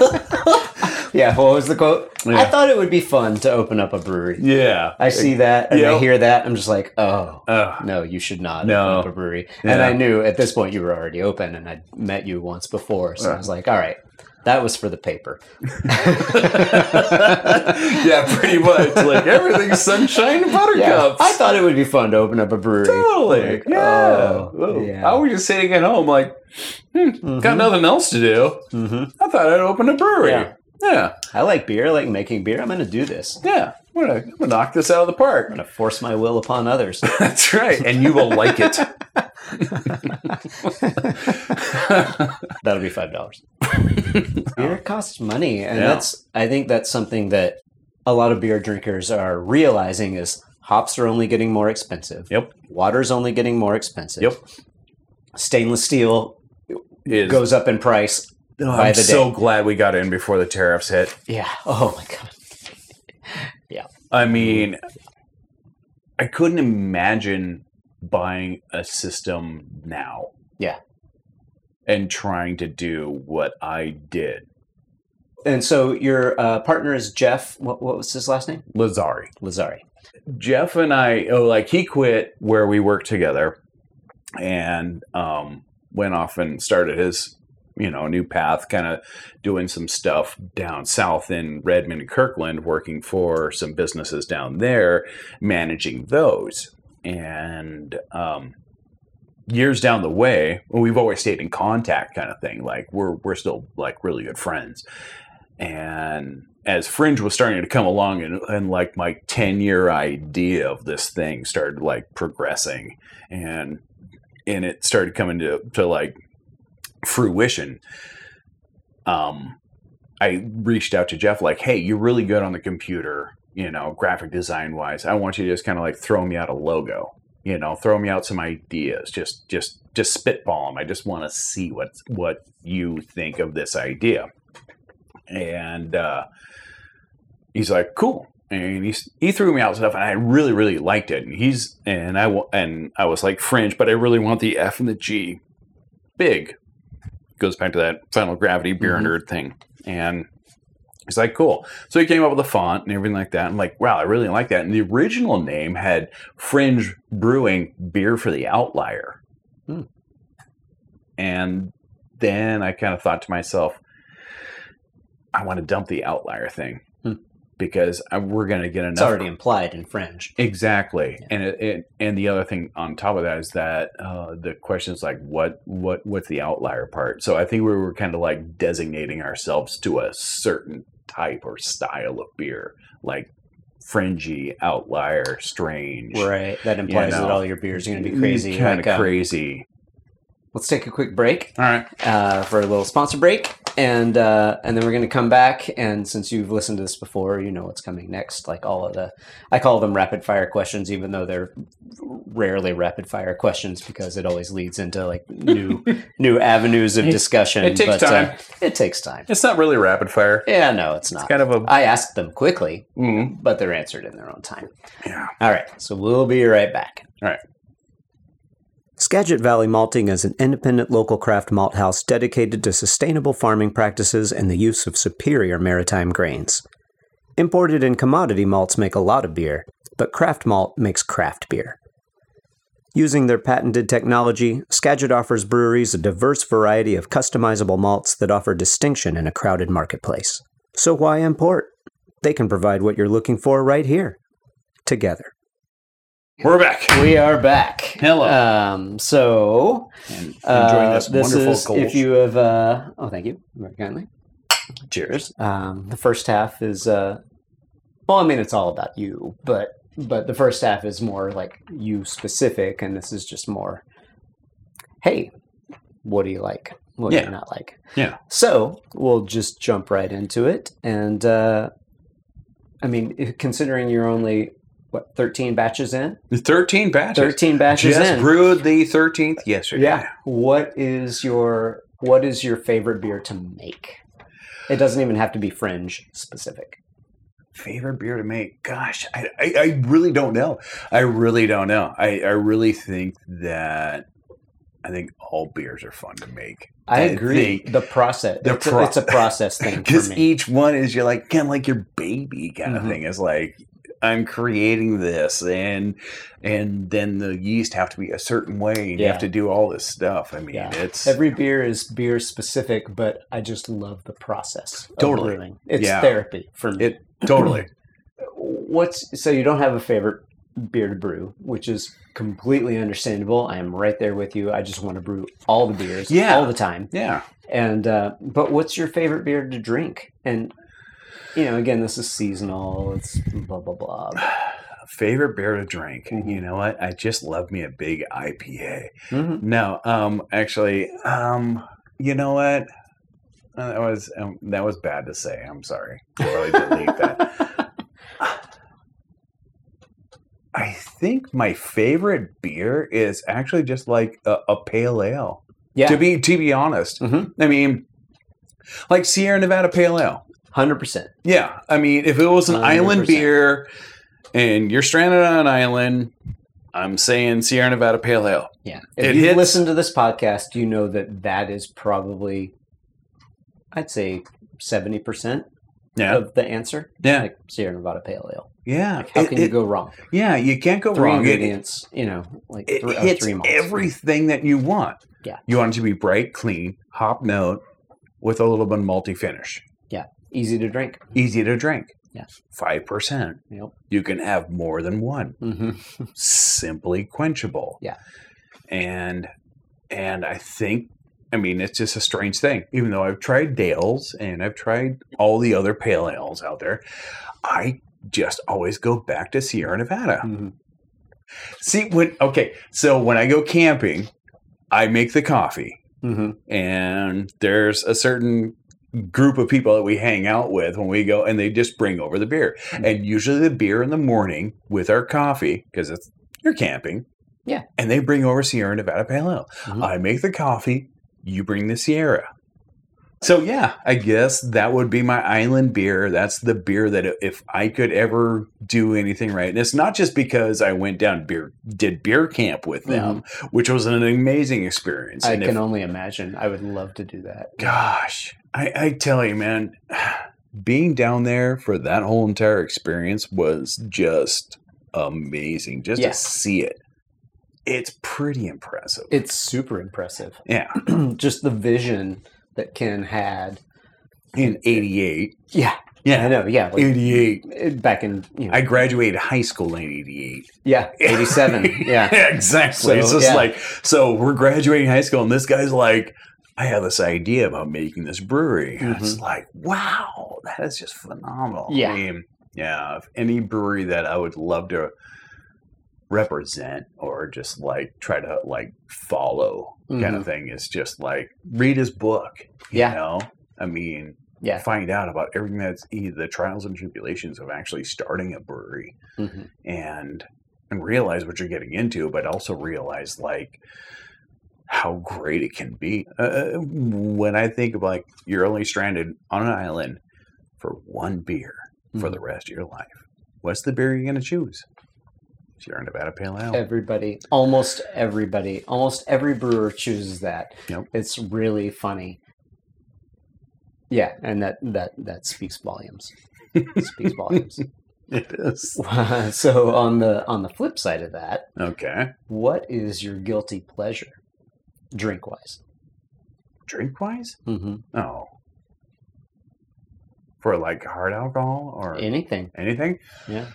yeah, what was the quote? I
Yeah.
thought it would be fun to open up a brewery.
yeah.
I see that and I
Yep.
hear that. I'm just like, oh
Ugh.
no, you should not
No.
open up a brewery. And
Yeah.
I knew at this point you were already open, and I'd met you once before, so I
Yeah.
was like, all right, that was for the paper.
yeah, pretty much. Like everything's sunshine and
Yeah,
buttercups.
I thought it would be fun to open up a brewery.
totally.
Like,
yeah. Mm-hmm.
oh,
Well,
yeah.
I was just sitting at home, like, hmm,
Mhm,
got nothing else to do.
mhm.
I thought I'd open a brewery.
Yeah.
Yeah. Yeah.
I like beer. I like making beer. I'm going to do this.
I'm, gonna, I'm gonna knock this out of the park.
I'm going to force my will upon others.
That's right. And you will like it.
That'll be five dollars. beer costs money, and
Yeah.
that's I think that's something that a lot of beer drinkers are realizing is hops are only getting more expensive.
Yep.
Water's only getting more expensive.
Yep.
Stainless steel
Is,
goes up in price.
Oh,
by
I'm
the
so glad we got in before the tariffs hit.
Yeah. Oh my god.
I mean, I couldn't imagine buying a system now.
Yeah.
And trying to do what I did.
And so your uh, partner is Jeff. What, what was his last name?
Lazari.
Lazari.
Jeff and I, oh, like he quit where we worked together and um, went off and started his, you know, new path, kind of doing some stuff down south in Redmond and Kirkland, working for some businesses down there, managing those. And um, years down the way, well, we've always stayed in contact, kind of thing. Like we're we're still like really good friends. And as Fringe was starting to come along, and, and like my ten year idea of this thing started like progressing, and and it started coming to to like fruition. Um, I reached out to Jeff like, "Hey, you're really good on the computer, you know, graphic design wise. I want you to just kind of like throw me out a logo." you know throw me out some ideas just just just spitball them i just want to see what what you think of this idea and uh, he's like cool and he, s- he threw me out stuff and i really really liked it and he's and i wa- and i was like fringe but i really want the f and the g big goes back to that final gravity beer
Mhm.
nerd thing and he's like cool so he came up with a font and everything like that i'm like wow i really like that and the original name had Fringe Brewing beer for the outlier.
Hmm.
And then I kind of thought to myself, I want to dump the outlier thing
Hmm.
because I, we're going to get enough.
It's already implied in Fringe.
Exactly,
Yeah.
and it, it, and the other thing on top of that is that uh, the question is like, what what what's the outlier part? So I think we were kind of like designating ourselves to a certain type or style of beer, like fringy, outlier, strange,
Right. That implies
know.
that all your beers are going to be crazy.
Kind
Like,
of
um,
crazy.
let's take a quick break.
All right.
uh, for a little sponsor break, and uh, and then we're going to come back. And since you've listened to this before, you know what's coming next. Like all of the, I call them rapid fire questions, even though they're rarely rapid fire questions because it always leads into like new new avenues of
It-
discussion. uh,
it takes time.
it takes time.
It's not really rapid fire.
Yeah, no, it's not.
Kind of a.
I ask them quickly,
Mm,
but they're answered in their own time.
yeah.
All right, so we'll be right back. It's
Skagit Valley Malting is an independent local craft malt house dedicated to sustainable farming practices and the use of superior maritime grains. Imported and commodity malts make a lot of beer, but craft malt makes craft beer. Using their patented technology, Skagit offers breweries a diverse variety of customizable malts that offer distinction in a crowded marketplace. So why import? They can provide what you're looking for right here, together.
We're back.
We are back.
Hello.
Um, so
And enjoying
uh,
this, wonderful
is if you have. Uh, oh, thank you very kindly. Cheers. Um, the first half is. Uh, well, I mean, it's all about you, but but the first half is more like you specific, and this is just more. Hey, what do you like? What do
Yeah.
you not like?
Yeah.
So we'll just jump right into it, and uh, I mean, if- considering you're only what 13 batches in,
Thirteen batches.
13 batches
Just
in.
brewed the thirteenth yesterday.
Yeah. What is your what is your favorite beer to make? It doesn't even have to be fringe specific.
favorite beer to make gosh I, I, I really don't know i really don't know I, I really think that i think all beers are fun to make
I
I
agree.
think
the process.
the
it's, a-
pro-
it's a process thing for
because
me.
each one is you're like kind of like your baby kind
Mhm.
of thing is like i'm creating this and and then the yeast have to be a certain way and you
Yeah.
have to do all this stuff i mean
Yeah.
it's
Every beer is beer specific, but I just love the process. of
Totally.
brewing. It's
Yeah.
therapy for me.
It- totally
What's so you don't have a favorite beer to brew, which is completely understandable. I am right there with you. I just want to brew all the beers
Yeah.
all the time.
yeah
And uh, but what's your favorite beer to drink? And you know, again, this is seasonal. It's blah blah blah.
favorite beer to drink
Mhm.
you know what i just love me a big ipa
Mm-hmm.
No, um, actually, um, you know what? Uh, That was um, that was bad to say. I'm sorry. Probably delete that. I think my favorite beer is actually just like a, a pale ale.
yeah,
To be to be honest,
Mhm.
I mean, like Sierra Nevada Pale Ale.
hundred percent.
Yeah, I mean, if it was an island
100%.
beer, and you're stranded on an island, I'm saying Sierra Nevada Pale Ale.
Yeah. If
It
you
hits-
listen to this podcast, you know that that is probably, I'd say, seventy percent
Yeah,
of the answer.
yeah,
Like Sierra Nevada Pale Ale.
yeah.
Like, how
It-
can
it-
you go wrong?
Yeah, you can't go
Three
wrong. It, it,
ingredients. you know, like
it
three, oh,
hits
three malts.
everything that you want.
Yeah.
You want it to be bright, clean, hop note with a little bit of malty finish.
easy to drink.
Easy to drink.
Yeah.
5%.
Yep.
You can have more than one.
hmm
Simply quenchable.
Yeah.
And and I think I mean it's just a strange thing. Even though I've tried Dales and I've tried all the other pale ales out there, I just always go back to Sierra Nevada. See when okay, so when I go camping, I make the coffee,
hmm
and there's a certain group of people that we hang out with when we go, and they just bring over the beer,
Mm-hmm.
and usually the beer in the morning with our coffee because it's you're camping,
Yeah.
and they bring over Sierra Nevada Pale Ale.
Mhm.
I make the coffee, you bring the Sierra. So yeah, I guess that would be my island beer. That's the beer that if I could ever do anything right, and it's not just because I went down beer did beer camp with them, which was an amazing experience.
Mm-hmm. I
and
can
if,
only imagine. I would love to do that.
gosh, I, I tell you, man, being down there for that whole entire experience was just amazing. Just
Yeah.
to see it, it's pretty impressive.
It's super impressive.
yeah,
Just the vision that Ken had.
in '88.
Yeah, I
Yeah,
know. Yeah, like,
'88.
it- back in you know,
I graduated high school in '88.
yeah, eighty-seven. yeah,
exactly. it's
So,
just
yeah.
like so we're graduating high school, and this guy's like, "I have this idea about making this brewery." And It's like, wow, that is just phenomenal.
Mm-hmm. Yeah.
I mean, yeah. If any brewery that I would love to represent or just like try to like follow kind
Mm-hmm.
of thing is just like read his book. You
Yeah.
know, I mean.
Yeah.
Find out about everything that's e, the trials and tribulations of actually starting a brewery
Mhm.
and and realize what you're getting into, but also realize like how great it can be. Uh, when I think of like you're only stranded on an island for one beer for the rest of your life, what's the beer you're going to choose? Sierra Nevada Pale Ale.
Everybody, almost everybody, almost every brewer chooses that.
Yep.
It's really funny. Yeah, and that that that speaks volumes. speaks volumes.
It is.
so on the on the flip side of that,
Okay.
what is your guilty pleasure, drink wise?
Drink wise?
Mm-hmm.
Oh. For like hard alcohol or
Anything?
anything?
Yeah.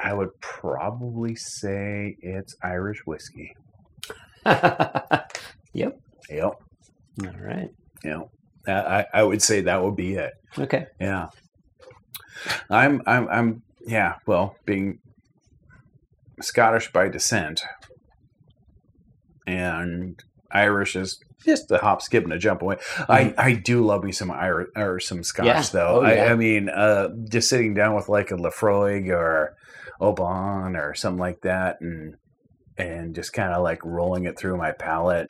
I would probably say it's Irish whiskey.
All
Yep.
right.
Yep. I, I I would say that would be it.
Okay.
Yeah. I'm I'm I'm yeah, well, being Scottish by descent and Irish is just a hop, skip, and a jump away. I, I do love me some Irish or some Scotch
Mm. Yeah.
though.
Oh,
I,
yeah.
I mean, uh, just sitting down with like a Lafroig or Oban or something like that, and and just kind of like rolling it through my palate.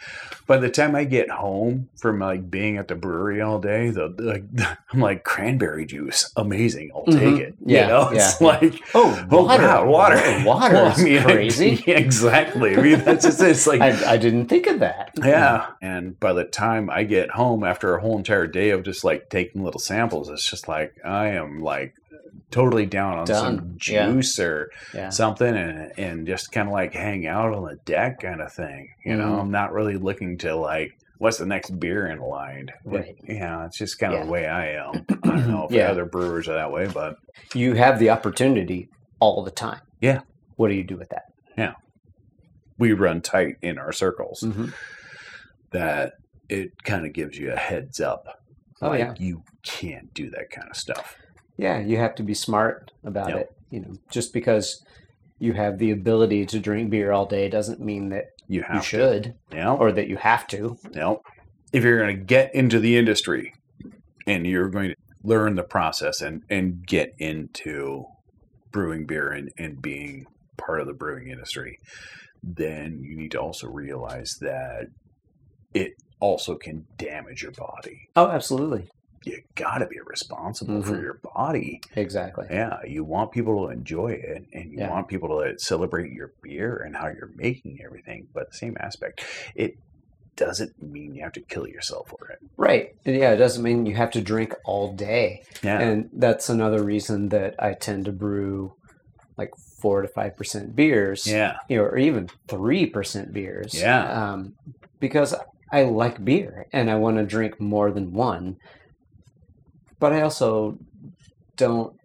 By the time I get home from like being at the brewery all day, the, the I'm like cranberry juice, amazing. I'll
Mhm.
take it.
Yeah,
you know, it's like
Oh,
oh
water.
wow, water,
Oh, water
Well,
is
I mean,
crazy.
exactly. I mean, that's just it's like
I, I didn't think of that.
yeah. And by the time I get home after a whole entire day of just like taking little samples, it's just like I am like totally down on some
Done. Yeah.
juice or
Yeah.
something and and just kind of like hang out on the deck kind of thing. You know,
Mhm.
I'm not really looking to like what's the next beer in line.
Right.
Yeah, it's just kind of the
Yeah.
way I am. I don't know if
Yeah.
other brewers are that way, but
You have the opportunity all the time.
Yeah.
What do you do with that?
we run tight in our circles
Mhm.
that it kind of gives you a heads up.
Oh,
like,
yeah.
You can't do that kind of stuff.
Yeah, you have to be smart about
Yep.
it. You know, just because you have the ability to drink beer all day doesn't mean that
You
you
have to.
should
Yeah.
or that you have to.
No. If you're going to get into the industry and you're going to learn the process and, and get into brewing beer and, and being part of the brewing industry, then you need to also realize that it also can damage your body.
Oh, absolutely.
You got to be responsible for
Mhm.
your body.
Exactly.
Yeah, you want people to enjoy it and you
Yeah.
want people to celebrate your beer and how you're making everything, but the same aspect, it doesn't mean you have to kill yourself for it.
Right. And yeah, it doesn't mean you have to drink all day.
Yeah.
And that's another reason that I tend to brew like 4 to 5% beers,
yeah.
you know, or even 3% beers.
Yeah.
Um, because I like beer and I want to drink more than one. But I also don't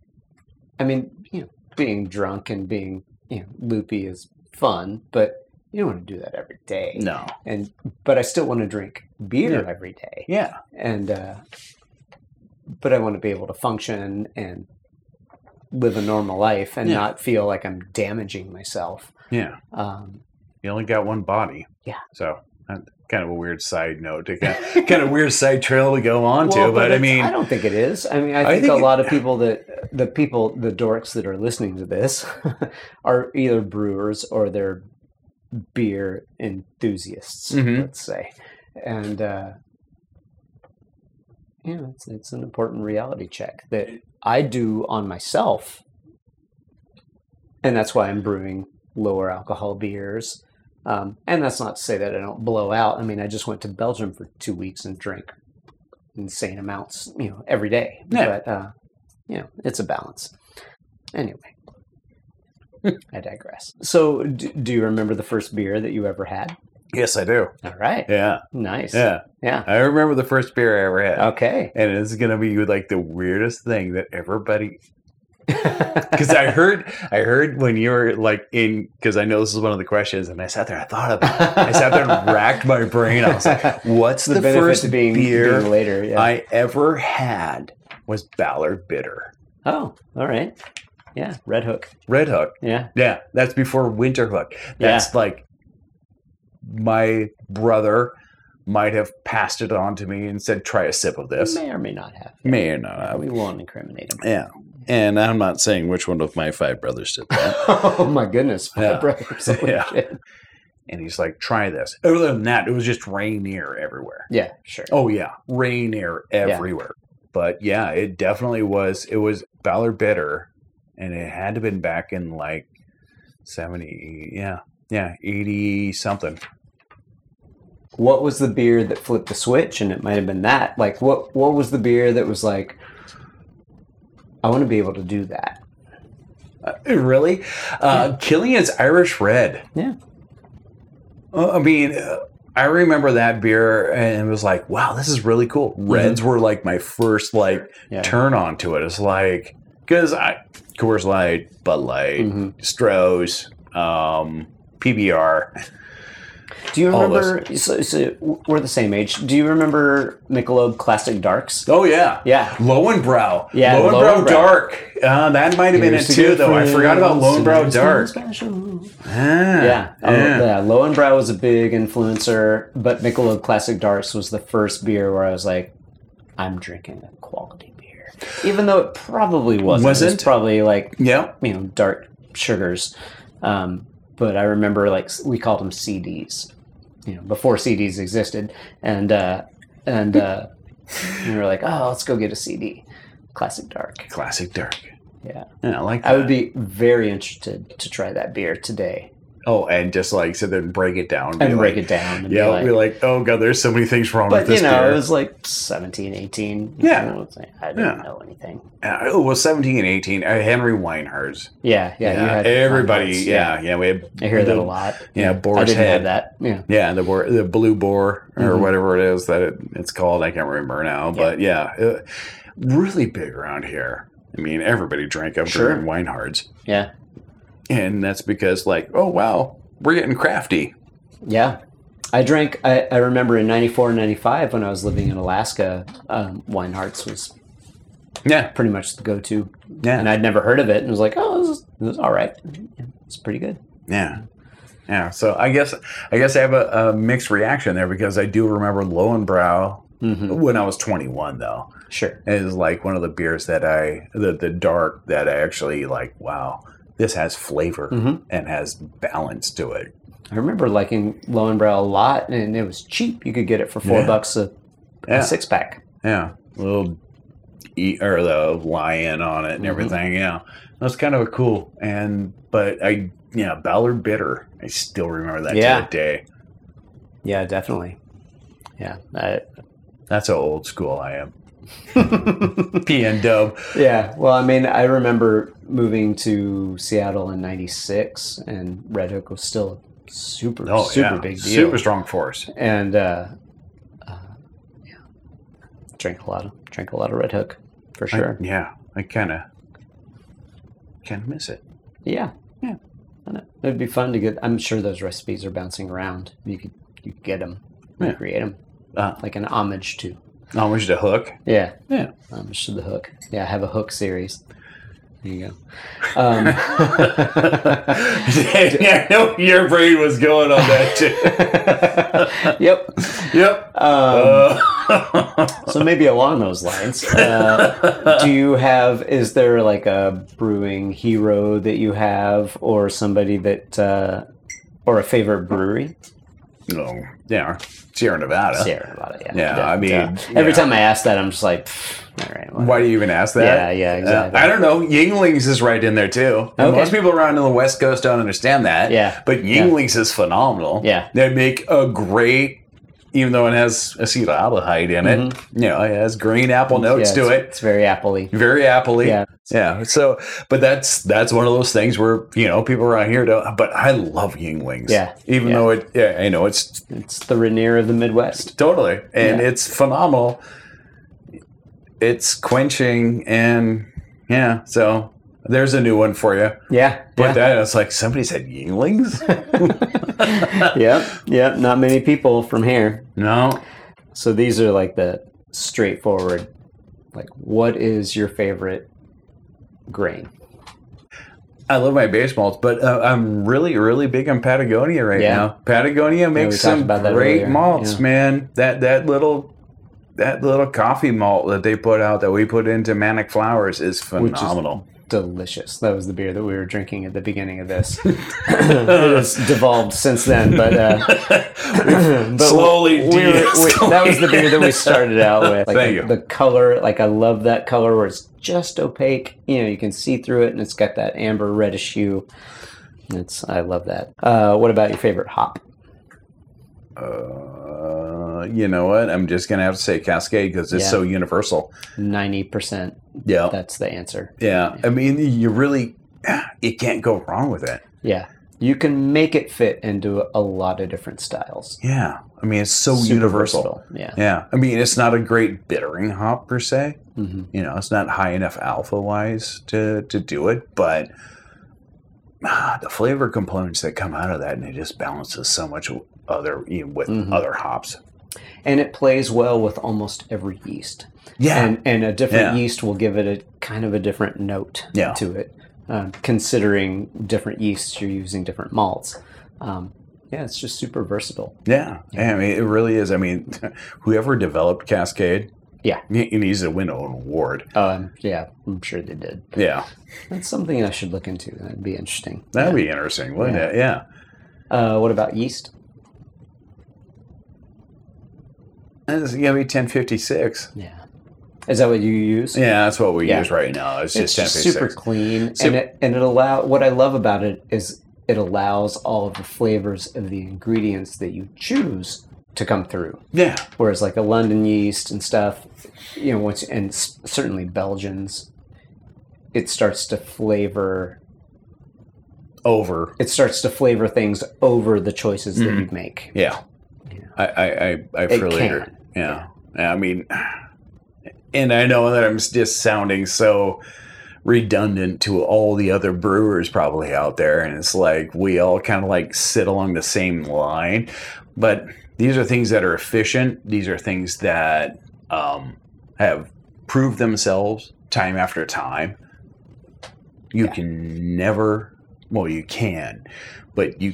I mean, you know, being drunk and being, you know, loopy is fun, but you don't want to do that every day.
No.
and but I still want to drink beer
Yeah.
every day,
Yeah.
and uh, but I want to be able to function and live a normal life and
Yeah.
not feel like I'm damaging myself.
Yeah.
Um,
You only got one body.
Yeah.
So uh, kind of a weird side note to kind, kind of weird side trail to go on
well,
to, but, I
it's-
mean,
I don't think it is. I mean, I
I
think,
think
a
it-
lot of people that the people, the dorks that are listening to this, are either brewers or they're beer enthusiasts.
Mhm.
Let's say, and uh, yeah, it's it's an important reality check that I do on myself, and that's why I'm brewing lower alcohol beers. Um, and that's not to say that I don't blow out. I mean, I just went to Belgium for two weeks and drank insane amounts, you know, every day.
Yeah.
But uh, you know, it's a balance. Anyway, I digress. So, do, do you remember the first beer that you ever had?
yes, I do.
All right,
Yeah.
nice.
Yeah.
Yeah. Uh,
I remember the first beer I ever had.
Okay.
And it's going to be like the weirdest thing that everybody because I heard I heard when you were like in because I know this is one of the questions, and I sat there, I thought about, it. I sat there and racked my brain. I was like, "What's the,
the, benefit
first
to being,
beer
being later. Yeah.
I ever had?" Was Ballard Bitter,
oh, all right. Yeah, Red Hook.
Red Hook.
Yeah.
Yeah, that's before Winter Hook. That's like my brother might have passed it on to me and said, "Try a sip of this."
May or may not have.
May or not have.
we won't incriminate him.
Yeah, and I'm not saying which one of my five brothers did that.
oh my goodness, my
Yeah.
brothers. Holy
Yeah.
shit.
and he's like, "Try this." Other than that, it was just Rainier everywhere.
yeah, sure.
Oh yeah, Rainier everywhere. But yeah, it definitely was. It was Ballard Bitter and it had to been back in like 70 yeah yeah 80 something
What was the beer that flipped the switch? And it might have been that. Like, what what was the beer that was like? I want to be able to do that.
Uh, really uh killian's irish red
Yeah.
Uh, i mean uh, i remember that beer and it was like wow this is really cool reds were like my first like
Mm-hmm. Yeah.
turn on to it it's like because i coors light bud light
Mhm.
stroh's um pbr
Do you
All those
remember? So, so we're the same age. Do you remember Michelob Classic Darks?
oh yeah
Yeah.
Lowenbrow.
Yeah,
Lowenbrow,
Lowenbrow.
Dark. Uh, that might have been it too, though. I forgot about Lowenbrow Dark. Ah,
Yeah, yeah.
yeah.
yeah. Lowenbrow was a big influencer, but Michelob Classic Darks was the first beer where I was like, I'm drinking a quality beer, even though it probably wasn't. It
Wasn't?
was probably like
Yeah.
you know dark sugars, um, but I remember like s- we called them CDs, you know, before CDs existed, and uh, and uh, we were like, oh, let's go get a CD, Classic Dark.
Classic Dark.
Yeah,
Yeah, I like that.
I would be very interested to try that beer today
oh, and just like sit there and break it down. be
and break
like-
it down. And
Yeah,
be
like,
like,
be like, oh god, there's so many things wrong with
but
this
you know,
beer.
it was like 17, 18. you
Yeah.
know, it's like, I didn't
Yeah.
know anything.
Uh, oh, well, 17 and 18. Uh, Henry Weinhard's.
Yeah, yeah. you had
everybody.
fun ones,
yeah, yeah, we had.
I hear
the-
that a lot.
Yeah,
I
Boar's
didn't have
Head.
that. Yeah.
Yeah, the boar, the blue boar or
Mhm.
whatever it is that it, it's called. I can't remember now, but yeah, uh, really big around here. I mean, everybody drank up
Sure.
during Weinhard's,
Yeah.
and that's because like, oh wow, we're getting crafty.
Yeah. I drank, I, I remember in 94 and 95 when I was living in Alaska, um, Wine Hearts was
Yeah,
pretty much the go to.
yeah,
And I'd never heard of it and was like, oh, this is, this is all right. It's pretty good.
yeah, yeah. So I guess I guess I have a, a mixed reaction there because I do remember Lowenbrow
hmm
when I was 21 though.
Sure.
It is like one of the beers that I the the dark that I actually like. Wow, this has flavor
Mhm.
and has balance to it.
I remember liking Lowenbrow a lot and it was cheap. You could get it for four
Yeah.
bucks a,
Yeah.
a six pack.
Yeah, little e- or the lion on it and
Mhm.
everything. Yeah, that's kind of a cool. And but I yeah Ballard bitter. I still remember that
Yeah.
to the day.
Yeah, definitely. Yeah, I,
That's how old school I am. P and Dub.
yeah. Well, I mean, I remember moving to Seattle in '96, and Red Hook was still a super,
Oh,
super
yeah.
big deal.
Super strong force.
And uh, uh, yeah, drank a lot of drank a lot of Red Hook for
I-
sure.
yeah, I kind of kind of miss it.
yeah, yeah. I know. It'd be fun to get. I'm sure those recipes are bouncing around. You could you could get them,
Yeah.
create them,
Uh,
like an homage to.
Homage to Hook.
Yeah.
Yeah.
Um, just the hook. Yeah, I have a hook series. There you go. Um,
yeah, I know your brain was going on that too.
yep.
yep.
Um,
Uh,
so maybe along those lines, uh, do you have? Is there like a brewing hero that you have, or somebody that, uh, or a favorite brewery?
no, Uh, yeah, Sierra Nevada.
Sierra Nevada. Yeah.
Uh, Yeah, I mean,
every
yeah.
time I ask that, I'm just like, "Pfft, all right. well,
Why do you even ask that?
Yeah, yeah,
Uh,
exactly.
I don't know. Yinglings is right in there too. And
Okay.
Most people around on the West Coast don't understand that.
Yeah.
But Yinglings is phenomenal.
Yeah.
They make a great, even though it has acetaldehyde in it, you know, it has green apple notes
Mm-hmm. yeah,
to
it's-
it.
It's very apple-y.
Very appley.
Yeah.
Yeah. So, but that's that's one of those things where you know people around here don't. But I love Yinglings.
Yeah,
Even
yeah.
though it, yeah, I know it's
It's the Rainier of the Midwest.
Totally. And
Yeah.
it's phenomenal. It's quenching and yeah, so there's a new one for you.
Yeah.
But
yeah.
that it's like somebody said yinglings?
yep, yep. Not many people from here.
no.
So these are like the straightforward. Like, what is your favorite grain?
I love my baseballs, but uh, I'm really, really big on Patagonia right
Yeah.
now. Patagonia makes
talked
some
about that
great
earlier.
malts,
Yeah.
man. That that little that little coffee malt that they put out that we put into manic flowers is
Which is
phenomenal.
delicious. That was the beer that we were drinking at the beginning of this. it's devolved since then, but, uh, but
slowly
we, we, we- that was the beer that we started out with. Like
Thank
the,
you.
the color, like I love that color where it's just opaque. You know, you can see through it, and it's got that amber reddish hue. It's I love that. Uh, what about your favorite hop?
Uh, you know what? I'm just gonna have to say Cascade because it's
Yeah.
so universal.
Ninety percent.
Yeah,
That's the answer.
yeah. I mean, you really you can't go wrong with it.
Yeah, you can make it fit into a lot of different styles.
Yeah, I mean, it's so
Super
universal.
versatile, Yeah.
Yeah, I mean, it's not a great bittering hop per se.
hmm
You know, it's not high enough alpha wise to to do it, but. ah, the flavor components that come out of that, and it just balances so much other you know, with
Mhm.
other hops.
and it plays well with almost every yeast.
Yeah,
And and a different
Yeah.
yeast will give it a kind of a different note
Yeah.
to it, um, considering different yeasts you're using different malts. Um, yeah, it's just super versatile.
Yeah, I mean, it really is. I mean, whoever developed Cascade,
Yeah.
he he needs to win an award.
Um, yeah, I'm sure they did.
Yeah,
That's something I should look into. That'd be interesting.
that'd be interesting, wouldn't
Yeah.
it? Yeah.
Uh, what about yeast?
This is gonna be ten fifty six.
Yeah, is that what you use?
Yeah, that's what we
Yeah.
use right now. It's
it's
just ten
just
fifty
super
six.
clean
Sup-
and it and it allow what i love about it is it allows all of the flavors of the ingredients that you choose to come through
Yeah,
whereas like a london yeast and stuff you know once and s- certainly belgians it starts to flavor
over.
it starts to flavor things over the choices that you make
Yeah,
Yeah.
I, I, I, I
It
really
can.
agree. Yeah. yeah, I mean, and I know that I'm just sounding so redundant to all the other brewers probably out there, and it's like we all kind of like sit along the same line, but these are things that are efficient. These are things that um, have proved themselves time after time. You
Yeah.
can never, well, you can, but you.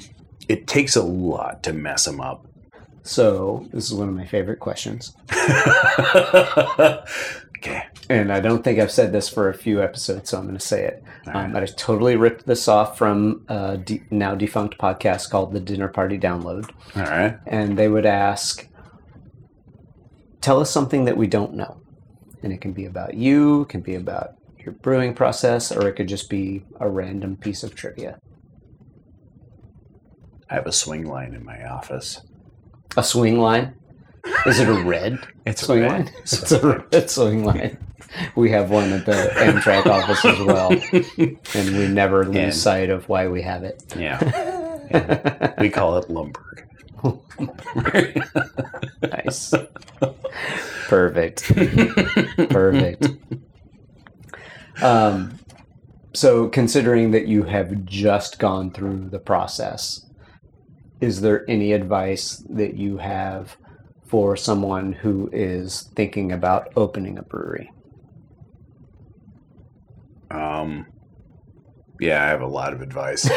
It takes a lot to mess them up.
so this is one of my favorite questions
okay.
and I don't think I've said this for a few episodes, so I'm going to say it.
All
Um, but I totally ripped this off from a de- now defunct podcast called The Dinner Party Download,
All right.
and they would ask, "Tell us something that we don't know," and it can be about you, it can be about your brewing process, or it could just be a random piece of trivia.
I have a swing line in my office.
A swing line. Is it a red
It's
swing
red.
line? It's a red swing line. We have one at the Amtrak office as well. and we never lose
And-
sight of why we have it.
Yeah. Yeah. We call it Lumberg.
Nice. Perfect. Perfect. Um, so, considering that you have just gone through the process, is there any advice that you have for someone who is thinking about opening a brewery?
Um, yeah, I have a lot of advice.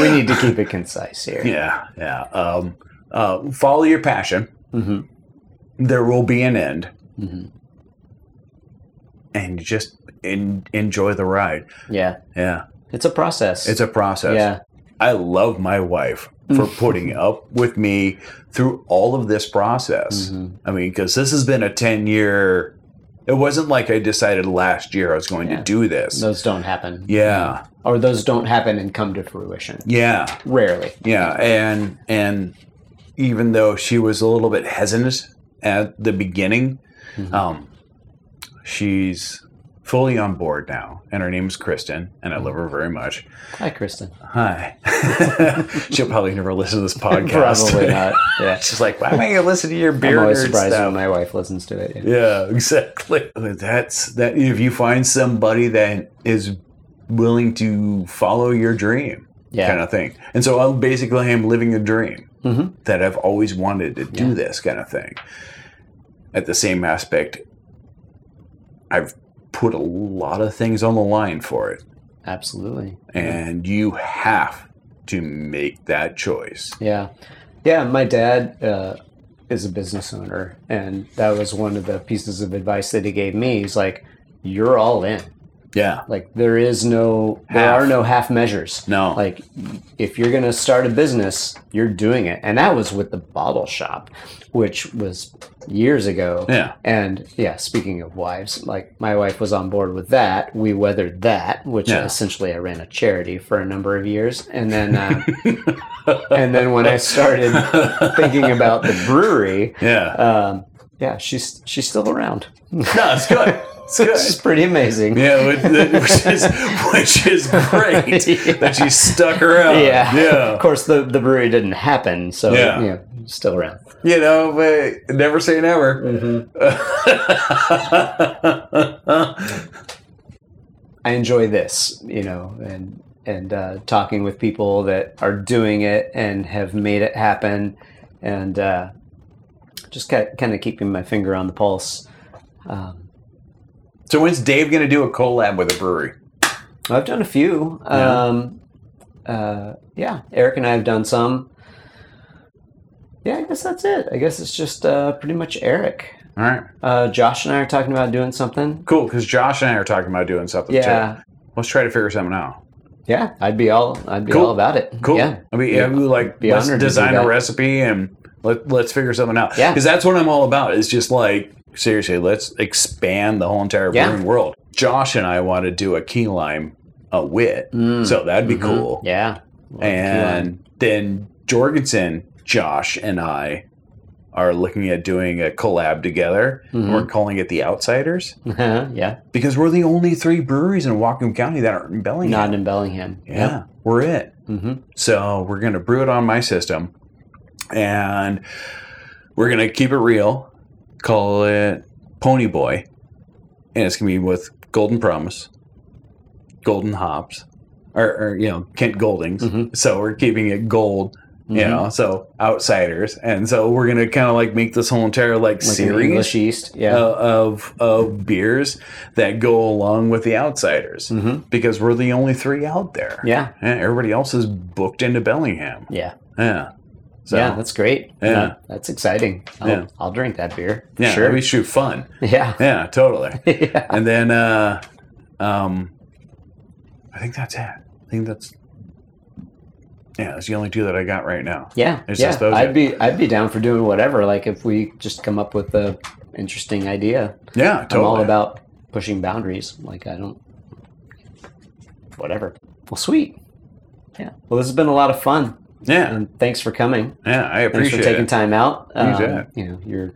we need to keep it concise here.
yeah. Yeah. Um, uh, follow your passion.
Mhm,
There will be an end.
mhm.
And just en- enjoy the ride.
Yeah.
Yeah.
It's a process.
It's a process.
Yeah.
I love my wife for putting up with me through all of this process.
Mhm.
I mean, because this has been a 10 year, it wasn't like I decided last year I was going
Yeah.
to do this.
Those don't happen.
Yeah.
Or those don't happen and come to fruition.
Yeah.
Rarely.
Yeah. And, and even though she was a little bit hesitant at the beginning,
Mhm.
um, she's fully on board now. And her name is Kristen, and I love
Mm-hmm.
her very much.
Hi, Kristen.
Hi. She'll probably never listen to this podcast.
Probably not. Yeah.
She's like, why am I going to listen to your
I'm
beer
always
nerd
surprised
stuff?
when my wife listens to it. Yeah.
Yeah, exactly. That's that. If you find somebody that is willing to follow your dream,
Yeah.
kind of thing. And so I basically am living a dream
Mhm.
that I've always wanted to do
Yeah.
this kind of thing. At the same aspect, I've put a lot of things on the line for it,
Absolutely.
Mm-hmm. and you have to make that choice.
Yeah. Yeah. My dad uh, is a business owner, and that was one of the pieces of advice that he gave me. He's like, you're all in.
Yeah.
Like there is no there
Half.
are no half measures.
No.
Like if you're going to start a business, you're doing it. And that was with the bottle shop, which was years ago.
Yeah.
And yeah, speaking of wives, like my wife was on board with that. We weathered that, which
Yeah.
essentially I ran a charity for a number of years, and then uh, and then when I started thinking about the brewery,
yeah.
um, yeah, she's she's still around.
No, it's good. It's
It's
good.
pretty amazing.
Yeah, which- which is which is great that you stuck around.
Yeah.
yeah.
Of course, the, the brewery didn't happen, so
Yeah.
yeah, still around.
You know, but never say never.
I enjoy this, you know, and and uh, talking with people that are doing it and have made it happen, and uh, just kind of keeping my finger on the pulse. Um,
so when's Dave going to do a collab with a brewery?
I've done a few.
Yeah.
Um, uh, yeah, Eric and I have done some. Yeah, I guess that's it. I guess it's just uh, pretty much Eric.
All right.
Uh, Josh and I are talking about doing something.
Cool, because Josh and I are talking about doing something
Yeah,
too. Let's try to figure something out.
Yeah, I'd be all I'd be
Cool.
all about it.
Cool.
Yeah.
I mean, yeah, we, like
Be
let's
honored to do
design a
that.
recipe and let let's figure something out.
Yeah.
because that's what I'm all about. It's just like seriously, let's expand the whole entire
Yeah.
brewing world. Josh and I want to do a key lime a wit, so that'd be cool.
Mm. Mm-hmm. Yeah.
and then Jorgensen, Josh, and I are looking at doing a collab together. And
Mm-hmm.
we're calling it the Outsiders
yeah.
because we're the only three breweries in Whatcom County that aren't in Bellingham.
Not in Bellingham.
yeah, we're it.
hmm
So we're gonna brew it on my system, and we're gonna keep it real. Call it Pony Boy, and it's gonna be with Golden Promise, Golden Hops, or, or you know Kent Goldings.
Mhm.
So we're keeping it gold. You
Mm-hmm.
know, so outsiders, and so we're gonna kind of like make this whole entire like,
Like an
series
English East. Yeah.
uh, of of beers that go along with the outsiders
hmm
because we're the only three out there.
Yeah.
Yeah, Eh, everybody else is booked into Bellingham.
Yeah.
Yeah. So,
yeah. That's great.
Yeah.
That- that's exciting. I'll,
Yeah.
I'll drink that beer. for
yeah,
Sure.
we shoot fun.
Yeah.
Yeah, totally.
yeah.
and then uh um I think that's it. I think that's Yeah, that's the only two that I got right now.
Yeah.
It's
yeah.
just those
I'd
guys.
be I'd be down for doing whatever. Like if we just come up with a interesting idea.
Yeah, totally.
I'm all about pushing boundaries. Like I don't whatever. Well sweet. Yeah. Well this has been a lot of fun.
yeah.
And thanks for coming.
Yeah, I
Thanks
appreciate
for taking
it.
time out. Um,
You bet.
you know, you're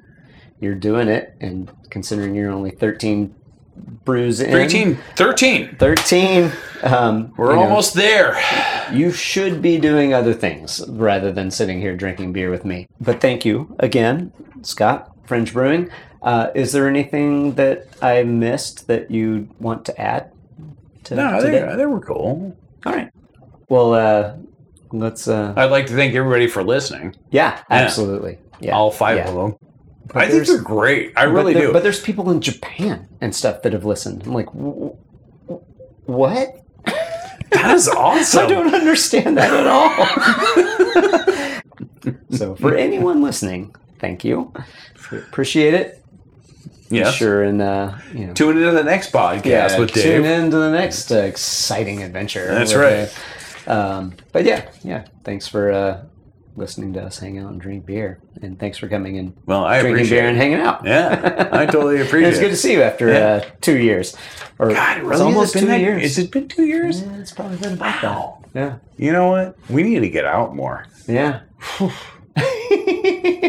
you're doing it, and considering you're only 13 brews in,
13 13.
13, um,
We're
you know,
almost there.
you should be doing other things rather than sitting here drinking beer with me. But thank you again, Scott, Fringe Brewing. Uh, is there anything that I missed that you want to add? To,
No,
today?
they, they were cool.
All right. Well, uh, let's. Uh,
I'd like to thank everybody for listening.
yeah, absolutely. Yeah,
All five
yeah.
of them. I think
there's-
they're great. I
But
really
there-
do.
But there's people in Japan and stuff that have listened. I'm like, "W- w- what?
that is
I
awesome.
don't understand that at all. so for anyone listening, thank you. We Appreciate it.
Yes.
Sure, and uh, you know,
Tune into the next podcast
yeah,
with Dave.
tune in to the next uh, exciting adventure.
That's
with,
right.
uh, um, but yeah, yeah. Thanks for uh, listening to us hang out and drink beer, and thanks for coming and
Well, I
drinking
appreciate
beer and
it.
hanging out.
Yeah, I totally appreciate
It was good to see you after uh, two years. Or
God, it really
it's almost
has
two
been that-
years.
Has it been two years?
Yeah, it's probably been about
Wow.
that.
You know what? We need to get out more.
Yeah. Yeah.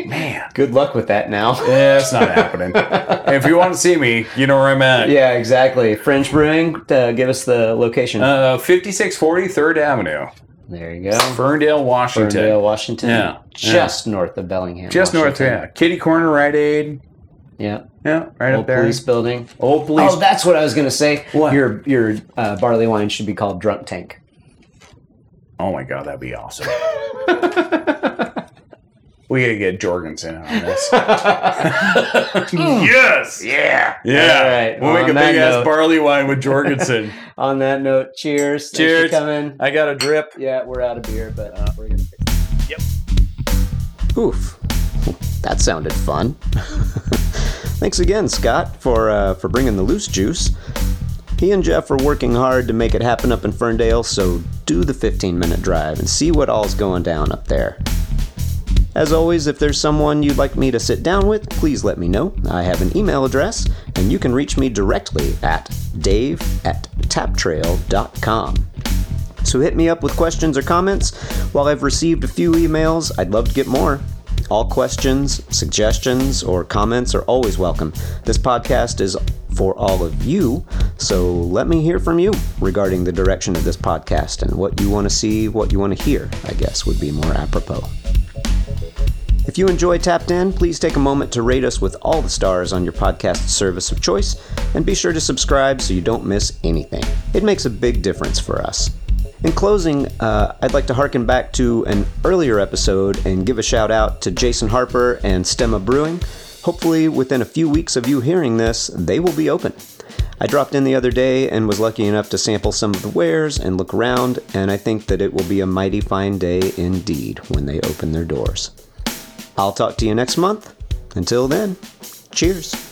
Man.
Good luck with that now.
Yeah, it's not happening. if you want to see me, you know where I'm at.
Yeah, exactly. French Brewing, uh, give us the location.
Uh, 5640 3rd Avenue,
there you go.
Ferndale, Washington.
Ferndale, Washington.
Yeah, yeah.
Just north of Bellingham.
Just north,
Washington.
yeah. Kitty Corner, Rite Aid.
Yeah.
Yeah, right
Old
up there.
police building.
Old police.
Oh, that's what I was going to say.
What?
Your your uh, barley wine should be called Drunk Tank.
oh my God, that'd be awesome. we got to get Jorgensen on this. yes! Yeah! Yeah.
All right,
We'll
well,
make a
on that
big ass
note-
barley wine with Jorgensen.
On that note, cheers. Thanks for
Cheers.
coming.
I got a drip.
Yeah, we're out of beer, but uh, we're going to.
Oof.
That sounded fun. Thanks again, Scott, for uh, for bringing the loose juice. He and Jeff are working hard to make it happen up in Ferndale, so do the 15 minute drive and see what all's going down up there. As always, if there's someone you'd like me to sit down with, please let me know. I have an email address, and you can reach me directly at dave at taptrail.com. So hit me up with questions or comments. While I've received a few emails, I'd love to get more. All questions, suggestions, or comments are always welcome. This podcast is for all of you, so let me hear from you regarding the direction of this podcast and what you want to see, what you want to hear, I guess would be more apropos. If you enjoy Tapped In, please take a moment to rate us with all the stars on your podcast service of choice, and be sure to subscribe so you don't miss anything. It makes a big difference for us. In closing, uh, I'd like to harken back to an earlier episode and give a shout out to Jason Harper and Stemma Brewing. Hopefully, within a few weeks of you hearing this, they will be open. I dropped in the other day and was lucky enough to sample some of the wares and look around, and I think that it will be a mighty fine day indeed when they open their doors. I'll talk to you next month. Until then, cheers.